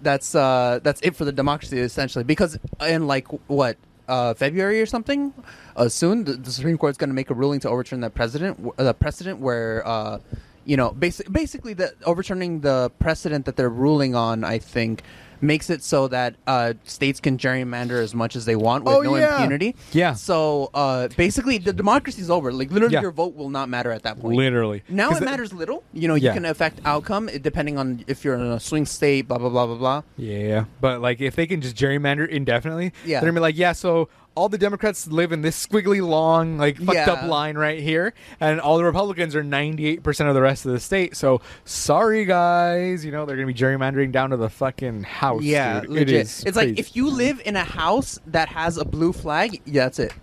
[SPEAKER 2] That's uh, that's it for the democracy essentially. Because in like what uh, February or something, uh, soon the, the Supreme Court's going to make a ruling to overturn that president uh, the precedent where. Uh, you know, basi- basically, the overturning the precedent that they're ruling on, I think, makes it so that uh, states can gerrymander as much as they want with
[SPEAKER 1] Oh,
[SPEAKER 2] no
[SPEAKER 1] yeah.
[SPEAKER 2] impunity.
[SPEAKER 1] Yeah.
[SPEAKER 2] So uh, basically, the democracy's over. Like literally,
[SPEAKER 1] Yeah.
[SPEAKER 2] your vote will not matter at that point.
[SPEAKER 1] Literally.
[SPEAKER 2] Now
[SPEAKER 1] 'Cause
[SPEAKER 2] it
[SPEAKER 1] the-
[SPEAKER 2] matters little. You know, you
[SPEAKER 1] Yeah.
[SPEAKER 2] can affect outcome eh, depending on if you're in a swing state. Blah blah blah blah blah.
[SPEAKER 1] Yeah, but like if they can just gerrymander indefinitely,
[SPEAKER 2] Yeah.
[SPEAKER 1] they're gonna be like, yeah, so all the Democrats live in this squiggly long, like fucked
[SPEAKER 2] Yeah.
[SPEAKER 1] up line right here, and all the Republicans are ninety eight percent of the rest of the state. So sorry, guys, you know they're gonna be gerrymandering down to the fucking house.
[SPEAKER 2] yeah,
[SPEAKER 1] dude.
[SPEAKER 2] legit.
[SPEAKER 1] It is
[SPEAKER 2] it's like
[SPEAKER 1] crazy.
[SPEAKER 2] if you live in a house that has a blue flag, yeah, that's it.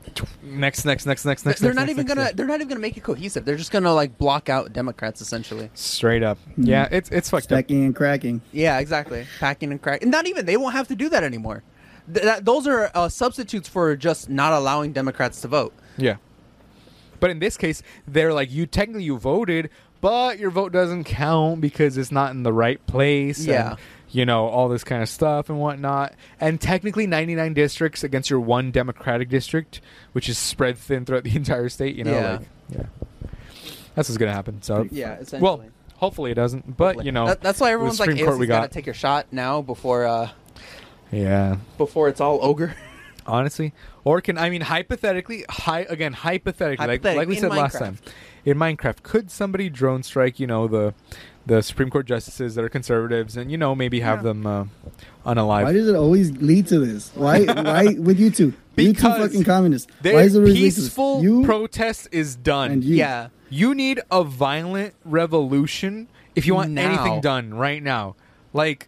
[SPEAKER 1] next, next, next, next, next.
[SPEAKER 2] they're
[SPEAKER 1] next,
[SPEAKER 2] not
[SPEAKER 1] next,
[SPEAKER 2] even
[SPEAKER 1] next,
[SPEAKER 2] gonna.
[SPEAKER 1] next.
[SPEAKER 2] They're not even gonna make it cohesive. They're just gonna like block out Democrats essentially.
[SPEAKER 1] Straight up, yeah, it's it's fucked up.
[SPEAKER 3] Stacking and cracking.
[SPEAKER 2] Yeah, exactly. Packing and cracking. Not even they won't have to do that anymore. Th- that, those are uh, substitutes for just not allowing Democrats to vote.
[SPEAKER 1] Yeah. But in this case, they're like, you technically you voted, but your vote doesn't count because it's not in the right place.
[SPEAKER 2] Yeah.
[SPEAKER 1] And, you know, all this kind of stuff and whatnot. And technically 99 districts against your one Democratic district, which is spread thin throughout the entire state, you know?
[SPEAKER 2] Yeah.
[SPEAKER 1] Like, yeah. That's what's going to happen. So,
[SPEAKER 2] Yeah, essentially.
[SPEAKER 1] well, hopefully it doesn't. But, you know,
[SPEAKER 2] That- that's why
[SPEAKER 1] with
[SPEAKER 2] everyone's like,
[SPEAKER 1] Supreme Court
[SPEAKER 2] "AOC's
[SPEAKER 1] we
[SPEAKER 2] got to
[SPEAKER 1] got.
[SPEAKER 2] take your shot now before uh,
[SPEAKER 1] yeah.
[SPEAKER 2] before it's all ogre."
[SPEAKER 1] Honestly, or can I mean hypothetically? Hi again, hypothetically, like-
[SPEAKER 2] Hypothetic-
[SPEAKER 1] like, we
[SPEAKER 2] in
[SPEAKER 1] said last
[SPEAKER 2] Minecraft.
[SPEAKER 1] time, in Minecraft, could somebody drone strike? You know the the Supreme Court justices that are conservatives, and you know maybe have them uh,
[SPEAKER 3] Why
[SPEAKER 1] unalive.
[SPEAKER 3] does it always lead to this? Why? Why with you two? You two
[SPEAKER 1] Because
[SPEAKER 3] fucking communists. Why
[SPEAKER 1] Their
[SPEAKER 3] is it always lead to this?
[SPEAKER 1] peaceful
[SPEAKER 3] You
[SPEAKER 1] protest is done.
[SPEAKER 3] and
[SPEAKER 1] You.
[SPEAKER 3] you.
[SPEAKER 2] Yeah,
[SPEAKER 1] need a violent revolution if you want
[SPEAKER 2] Now.
[SPEAKER 1] anything done right now. Like,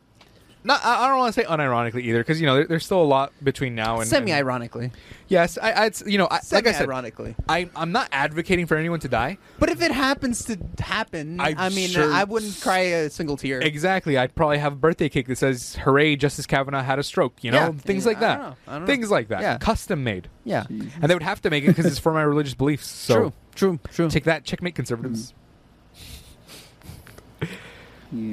[SPEAKER 1] not I, I don't want to say unironically either, because you know there, there's still a lot between now and and-
[SPEAKER 2] semi-ironically,
[SPEAKER 1] Yes, I, I it's, you know I, like I said.
[SPEAKER 2] semi-ironically.
[SPEAKER 1] I, I'm not advocating for anyone to die.
[SPEAKER 2] But if it happens to happen, i
[SPEAKER 1] I'm
[SPEAKER 2] mean,
[SPEAKER 1] sure-
[SPEAKER 2] I wouldn't cry a single tear.
[SPEAKER 1] Exactly. I'd probably have a birthday cake that says, "Hooray, Justice Kavanaugh had a stroke." You know,
[SPEAKER 2] Yeah.
[SPEAKER 1] things
[SPEAKER 2] Yeah,
[SPEAKER 1] like
[SPEAKER 2] I
[SPEAKER 1] that.
[SPEAKER 2] don't know. I don't know.
[SPEAKER 1] Things like that.
[SPEAKER 2] Yeah.
[SPEAKER 1] Custom made.
[SPEAKER 2] yeah,
[SPEAKER 1] And they would have to make it because it's for my religious beliefs. So
[SPEAKER 2] true, true, true.
[SPEAKER 1] take that, checkmate, conservatives.
[SPEAKER 3] Yeah.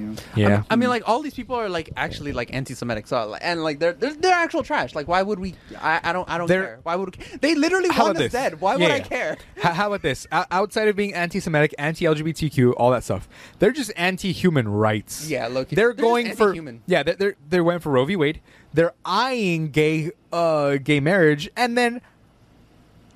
[SPEAKER 2] I
[SPEAKER 1] Yeah.
[SPEAKER 2] mean- I mean, like all these people are like actually like anti-Semitic, so like, and like they're, they're they're actual trash. Like, why would we? I, I don't I don't
[SPEAKER 1] They're-
[SPEAKER 2] care. Why would they literally
[SPEAKER 1] How
[SPEAKER 2] want
[SPEAKER 1] about this?
[SPEAKER 2] us dead? Why
[SPEAKER 1] Yeah,
[SPEAKER 2] would I
[SPEAKER 1] yeah.
[SPEAKER 2] care?
[SPEAKER 1] How, how about this? O- outside of being anti-Semitic, anti-LGBTQ, all that stuff, they're just anti-human rights.
[SPEAKER 2] Yeah, low-key.
[SPEAKER 1] They're,
[SPEAKER 2] They're just
[SPEAKER 1] going for
[SPEAKER 2] anti-human.
[SPEAKER 1] yeah. They they're, they went for Roe v. Wade. They're eyeing gay uh, gay marriage, and then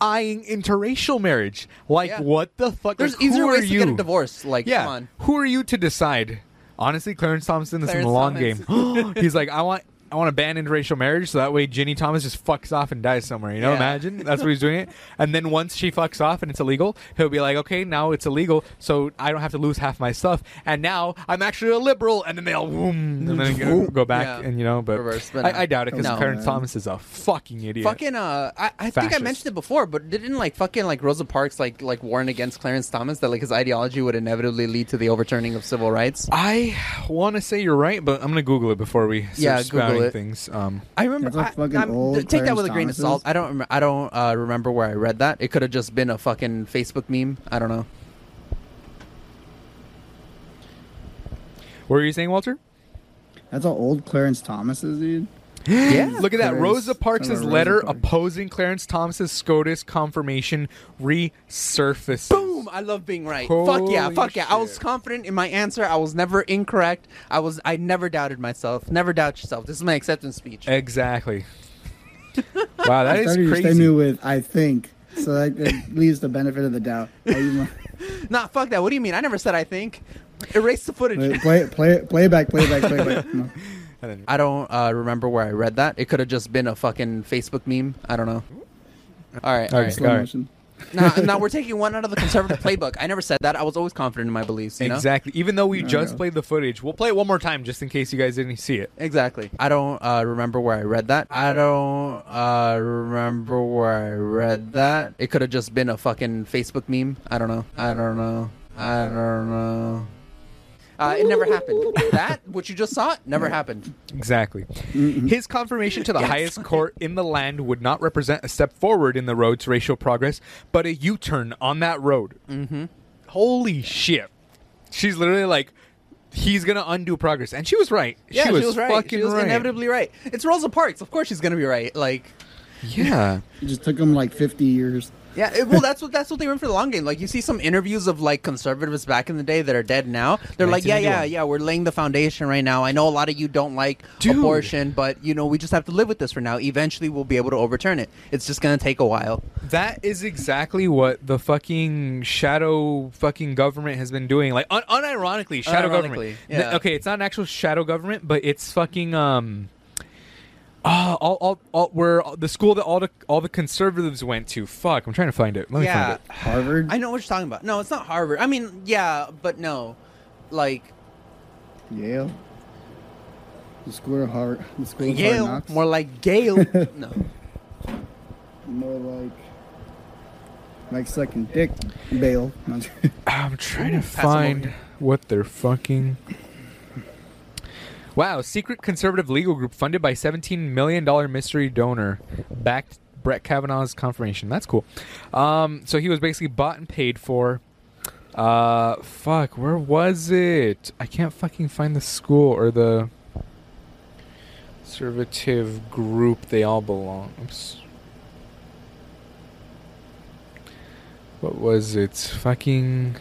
[SPEAKER 1] eyeing interracial marriage. Like
[SPEAKER 2] Yeah.
[SPEAKER 1] what the fuck?
[SPEAKER 2] There's
[SPEAKER 1] like,
[SPEAKER 2] easier
[SPEAKER 1] who
[SPEAKER 2] ways
[SPEAKER 1] are
[SPEAKER 2] to
[SPEAKER 1] you?
[SPEAKER 2] get a divorce. Like,
[SPEAKER 1] yeah.
[SPEAKER 2] come on.
[SPEAKER 1] Who are you to decide? Honestly, Clarence Thompson is in the long
[SPEAKER 2] Clarence
[SPEAKER 1] game. He's like, I want. I want to ban interracial marriage so that way Ginny Thomas just fucks off and dies somewhere. You know,
[SPEAKER 2] Yeah.
[SPEAKER 1] imagine that's what he's doing it. And then once she fucks off and it's illegal, he'll be like, okay, now it's illegal, so I don't have to lose half my stuff. And now I'm actually a liberal. And then they'll whoom, and then go- go back
[SPEAKER 2] Yeah.
[SPEAKER 1] and you know, but
[SPEAKER 2] Reverse, but no.
[SPEAKER 1] I, I doubt it because
[SPEAKER 2] No.
[SPEAKER 1] Clarence Thomas is a fucking idiot.
[SPEAKER 2] Fucking uh, I, I think I
[SPEAKER 1] Fascist.
[SPEAKER 2] mentioned it before, but didn't like fucking like Rosa Parks like like warn against Clarence Thomas that like his ideology would inevitably lead to the overturning of civil rights?
[SPEAKER 1] I want to say you're right, but I'm gonna Google it before we start
[SPEAKER 2] Yeah, Google
[SPEAKER 1] spouting
[SPEAKER 2] it.
[SPEAKER 1] things. Um,
[SPEAKER 2] I remember.
[SPEAKER 3] That's a
[SPEAKER 2] I-
[SPEAKER 3] fucking
[SPEAKER 2] I'm-
[SPEAKER 3] old
[SPEAKER 2] th- take that
[SPEAKER 3] Clarence
[SPEAKER 2] with a grain of
[SPEAKER 3] Thomas's.
[SPEAKER 2] salt. I don't. rem- I don't uh, remember where I read that. It could have just been a fucking Facebook meme. I don't know.
[SPEAKER 1] what were you saying, Walter?
[SPEAKER 3] That's how old Clarence Thomas is, dude.
[SPEAKER 2] yeah.
[SPEAKER 1] Look at that.
[SPEAKER 3] Clarence-
[SPEAKER 1] Rosa Parks'
[SPEAKER 3] Senator Rosa
[SPEAKER 1] letter
[SPEAKER 3] Parks.
[SPEAKER 1] opposing Clarence Thomas's SCOTUS confirmation resurfaces.
[SPEAKER 2] Boom! I love being right. fuck yeah!
[SPEAKER 1] Holy
[SPEAKER 2] Fuck yeah! I was
[SPEAKER 1] shit.
[SPEAKER 2] confident in my answer. I was never incorrect. I was. I never doubted myself. Never doubt yourself. This is my acceptance speech.
[SPEAKER 1] Exactly. wow, that
[SPEAKER 3] I
[SPEAKER 1] is
[SPEAKER 3] started your
[SPEAKER 1] crazy.
[SPEAKER 3] statement with I think. So that, that leaves the benefit of the doubt. Now you mu-
[SPEAKER 2] Nah, fuck that. What do you mean? I never said I think. Erase the footage.
[SPEAKER 3] Play, play, play, playback, playback, playback. Come on.
[SPEAKER 1] And then-
[SPEAKER 2] I don't uh, remember where I read that. It could have just been a fucking Facebook meme. I don't know. All right,
[SPEAKER 1] Alright,
[SPEAKER 2] all right.
[SPEAKER 3] Slow
[SPEAKER 1] Alright.
[SPEAKER 3] motion.
[SPEAKER 2] now, now we're taking one out of the conservative playbook. I never said that. I was always confident in my beliefs. You know?
[SPEAKER 1] Exactly. Even though we just
[SPEAKER 3] yeah.
[SPEAKER 1] played the footage, we'll play it one more time just in case you guys didn't see it.
[SPEAKER 2] Exactly. I don't uh, remember where I read that. I don't uh, remember where I read that. It could have just been a fucking Facebook meme. I don't know. I don't know. I don't know. Uh, it never happened. That what you just saw never happened.
[SPEAKER 1] Exactly. His confirmation to the highest court in the land would not represent a step forward in the road to racial progress, but a U turn on that road. Mm-hmm. Holy shit. She's literally like, he's going to undo progress. And she was right.
[SPEAKER 2] Yeah,
[SPEAKER 1] she was,
[SPEAKER 2] right.
[SPEAKER 1] fucking
[SPEAKER 2] she was
[SPEAKER 1] right.
[SPEAKER 2] inevitably right. It's Rosa Parks. Of course she's gonna be right. Like
[SPEAKER 1] Yeah.
[SPEAKER 3] It just took him like 50 years.
[SPEAKER 2] Yeah, it- well, that's what that's what they were in for the long game. Like you see some interviews of like conservatives back in the day that are dead now. They're like, yeah, yeah,
[SPEAKER 1] 1991.
[SPEAKER 2] yeah, we're laying the foundation right now. I know a lot of you don't like
[SPEAKER 1] Dude.
[SPEAKER 2] abortion, but you know we just have to live with this for now. Eventually, we'll be able to overturn it. It's just gonna take a while.
[SPEAKER 1] That is exactly what the fucking shadow fucking government has been doing. Like un- unironically, shadow
[SPEAKER 2] Unironically,
[SPEAKER 1] government.
[SPEAKER 2] yeah.
[SPEAKER 1] Th- okay, it's not an actual shadow government, but it's fucking um uh, all, all, all, where all- the school that all the all the conservatives went to. Fuck, I'm trying to find it. Let me
[SPEAKER 2] yeah,
[SPEAKER 1] find it.
[SPEAKER 3] Harvard.
[SPEAKER 2] I know what you're talking about. No, it's not Harvard. I mean, yeah, but no, like
[SPEAKER 3] Yale. The school of Harvard. The school of Hard
[SPEAKER 2] Yale,
[SPEAKER 3] Knocks.
[SPEAKER 2] more like Gale. no,
[SPEAKER 3] More like like sucking dick. Bail. No, I'm just-
[SPEAKER 1] I'm trying to
[SPEAKER 2] them over
[SPEAKER 1] find
[SPEAKER 2] here.
[SPEAKER 1] what they're fucking. Wow, secret conservative legal group funded by seventeen million dollar mystery donor backed Brett Kavanaugh's confirmation. That's cool. Um, so he was basically bought and paid for. Uh, fuck, where was it? I can't fucking find the school or the conservative group they all belong. Oops. What was it? Fucking.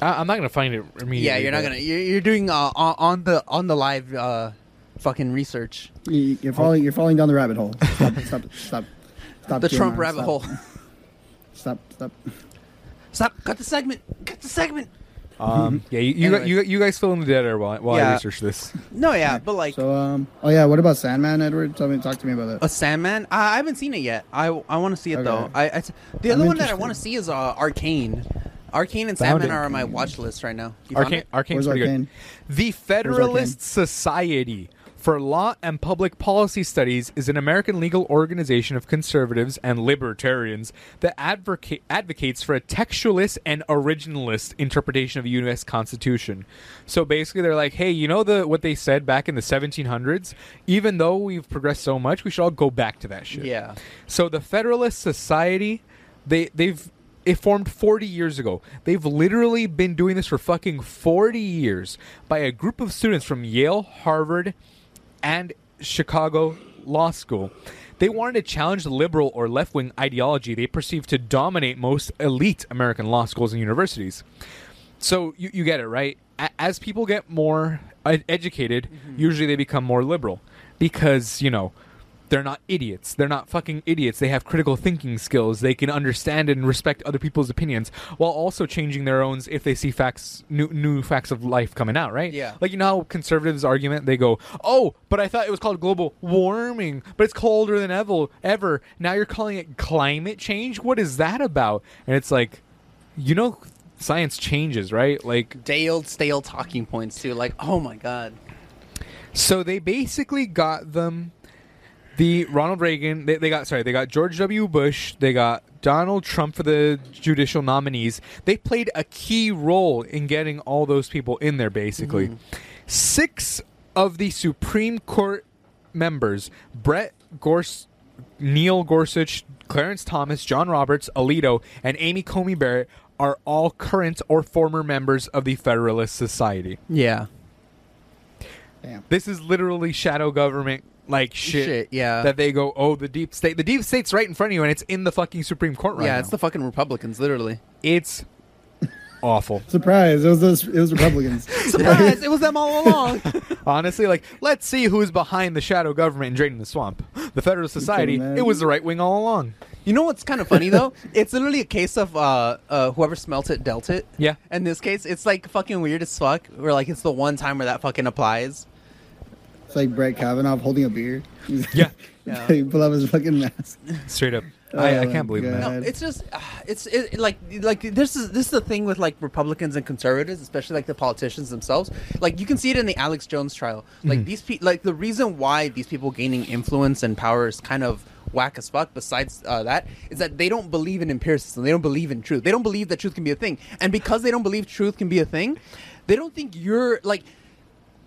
[SPEAKER 1] I, I'm not gonna find it immediately.
[SPEAKER 2] yeah, you're not
[SPEAKER 1] but-
[SPEAKER 2] gonna. You're, you're doing uh, on on the on the live uh, fucking research.
[SPEAKER 3] you- You're falling. You're falling down the rabbit hole. Stop. Stop. Stop. stop
[SPEAKER 2] the
[SPEAKER 3] Jim,
[SPEAKER 2] Trump
[SPEAKER 3] man.
[SPEAKER 2] rabbit
[SPEAKER 3] Stop.
[SPEAKER 2] hole.
[SPEAKER 3] Stop. Stop.
[SPEAKER 2] Stop! Cut the segment. Cut the segment.
[SPEAKER 1] Um, yeah, you you,
[SPEAKER 2] Anyway.
[SPEAKER 1] you you guys fill in the dead air while, while I
[SPEAKER 2] Yeah.
[SPEAKER 1] research this.
[SPEAKER 2] No, yeah, but like
[SPEAKER 3] So um. Oh yeah. What about Sandman, Edward? Tell me. Talk to me about
[SPEAKER 2] a
[SPEAKER 3] that.
[SPEAKER 2] Sandman. I, I haven't seen it yet. I I want to see it though.
[SPEAKER 3] Okay.
[SPEAKER 2] I, I the
[SPEAKER 3] I'm
[SPEAKER 2] other one that I
[SPEAKER 3] interested.
[SPEAKER 2] want to see is uh, Arcane. Arcane and
[SPEAKER 1] Found
[SPEAKER 2] Sandman
[SPEAKER 1] it.
[SPEAKER 2] are on my watch list right now. You found
[SPEAKER 1] Arcane,
[SPEAKER 2] it?
[SPEAKER 1] Arcane's
[SPEAKER 3] Where's
[SPEAKER 1] pretty
[SPEAKER 3] Arcane?
[SPEAKER 1] good. The Federalist Society for Law and Public Policy Studies is an American legal organization of conservatives and libertarians that advoca- advocates for a textualist and originalist interpretation of the U.S. Constitution. So basically, they're like, hey, you know the what they said back in the 1700s? Even though we've progressed so much, we should all go back to that shit.
[SPEAKER 2] Yeah.
[SPEAKER 1] So the Federalist Society, they they've it formed 40 years ago. They've literally been doing this for fucking 40 years by a group of students from Yale, Harvard, and Chicago Law School. They wanted to challenge the liberal or left wing ideology they perceived to dominate most elite American law schools and universities. So you, you get it, right? A- as people get more uh, educated, usually they become more liberal because, you know, they're not idiots. They're not fucking idiots. They have critical thinking skills. They can understand and respect other people's opinions while also changing their own if they see facts, new, new facts of life coming out, right?
[SPEAKER 2] Yeah.
[SPEAKER 1] Like, you know how conservatives' argument, they go, oh, but I thought it was called global warming, but it's colder than ever. ever. Now you're calling it climate change? What is that about? And it's like, you know, science changes, right? Like,
[SPEAKER 2] Day old stale talking points too. Like, oh my god.
[SPEAKER 1] So they basically got them the Ronald Reagan. They, they got sorry. They got George W. Bush. They got Donald Trump for the judicial nominees. They played a key role in getting all those people in there. Basically, six of the Supreme Court members, Brett Gorse, Neil Gorsuch, Clarence Thomas, John Roberts, Alito, and Amy Comey Barrett, are all current or former members of the Federalist Society.
[SPEAKER 2] Yeah.
[SPEAKER 3] Damn.
[SPEAKER 1] This is literally shadow government like shit.
[SPEAKER 2] Shit, yeah.
[SPEAKER 1] That they go, oh, the deep state. The deep state's right in front of you, and it's in the fucking Supreme Court right
[SPEAKER 2] yeah,
[SPEAKER 1] now.
[SPEAKER 2] it's the fucking Republicans, literally.
[SPEAKER 1] it's awful.
[SPEAKER 3] Surprise! It was those, it was Republicans.
[SPEAKER 2] Surprise! it was them all along.
[SPEAKER 1] Honestly, like, let's see who's behind the shadow government and draining the swamp. The Federalist Society.
[SPEAKER 3] imagine.
[SPEAKER 1] It was the right wing all along.
[SPEAKER 2] You know what's kind of funny though? It's literally a case of uh, uh, whoever smelt it dealt it.
[SPEAKER 1] Yeah.
[SPEAKER 2] In this case, it's like fucking weird as fuck. Where like it's the one time where that fucking applies.
[SPEAKER 3] it's like Brett Kavanaugh holding a beer.
[SPEAKER 1] Yeah.
[SPEAKER 2] Yeah.
[SPEAKER 3] he pull up his fucking mask.
[SPEAKER 1] Straight up.
[SPEAKER 3] Oh
[SPEAKER 1] I, I
[SPEAKER 3] my
[SPEAKER 1] can't believe
[SPEAKER 3] God.
[SPEAKER 1] that.
[SPEAKER 2] No, it's just uh, it's it, like like this is this is the thing with like Republicans and conservatives, especially like the politicians themselves. Like you can see it in the Alex Jones trial. Like these pe- like the reason why these people gaining influence and power is kind of whack as fuck besides uh, that is that they don't believe in empiricism they don't believe in truth they don't believe that truth can be a thing and because they don't believe truth can be a thing they don't think you're like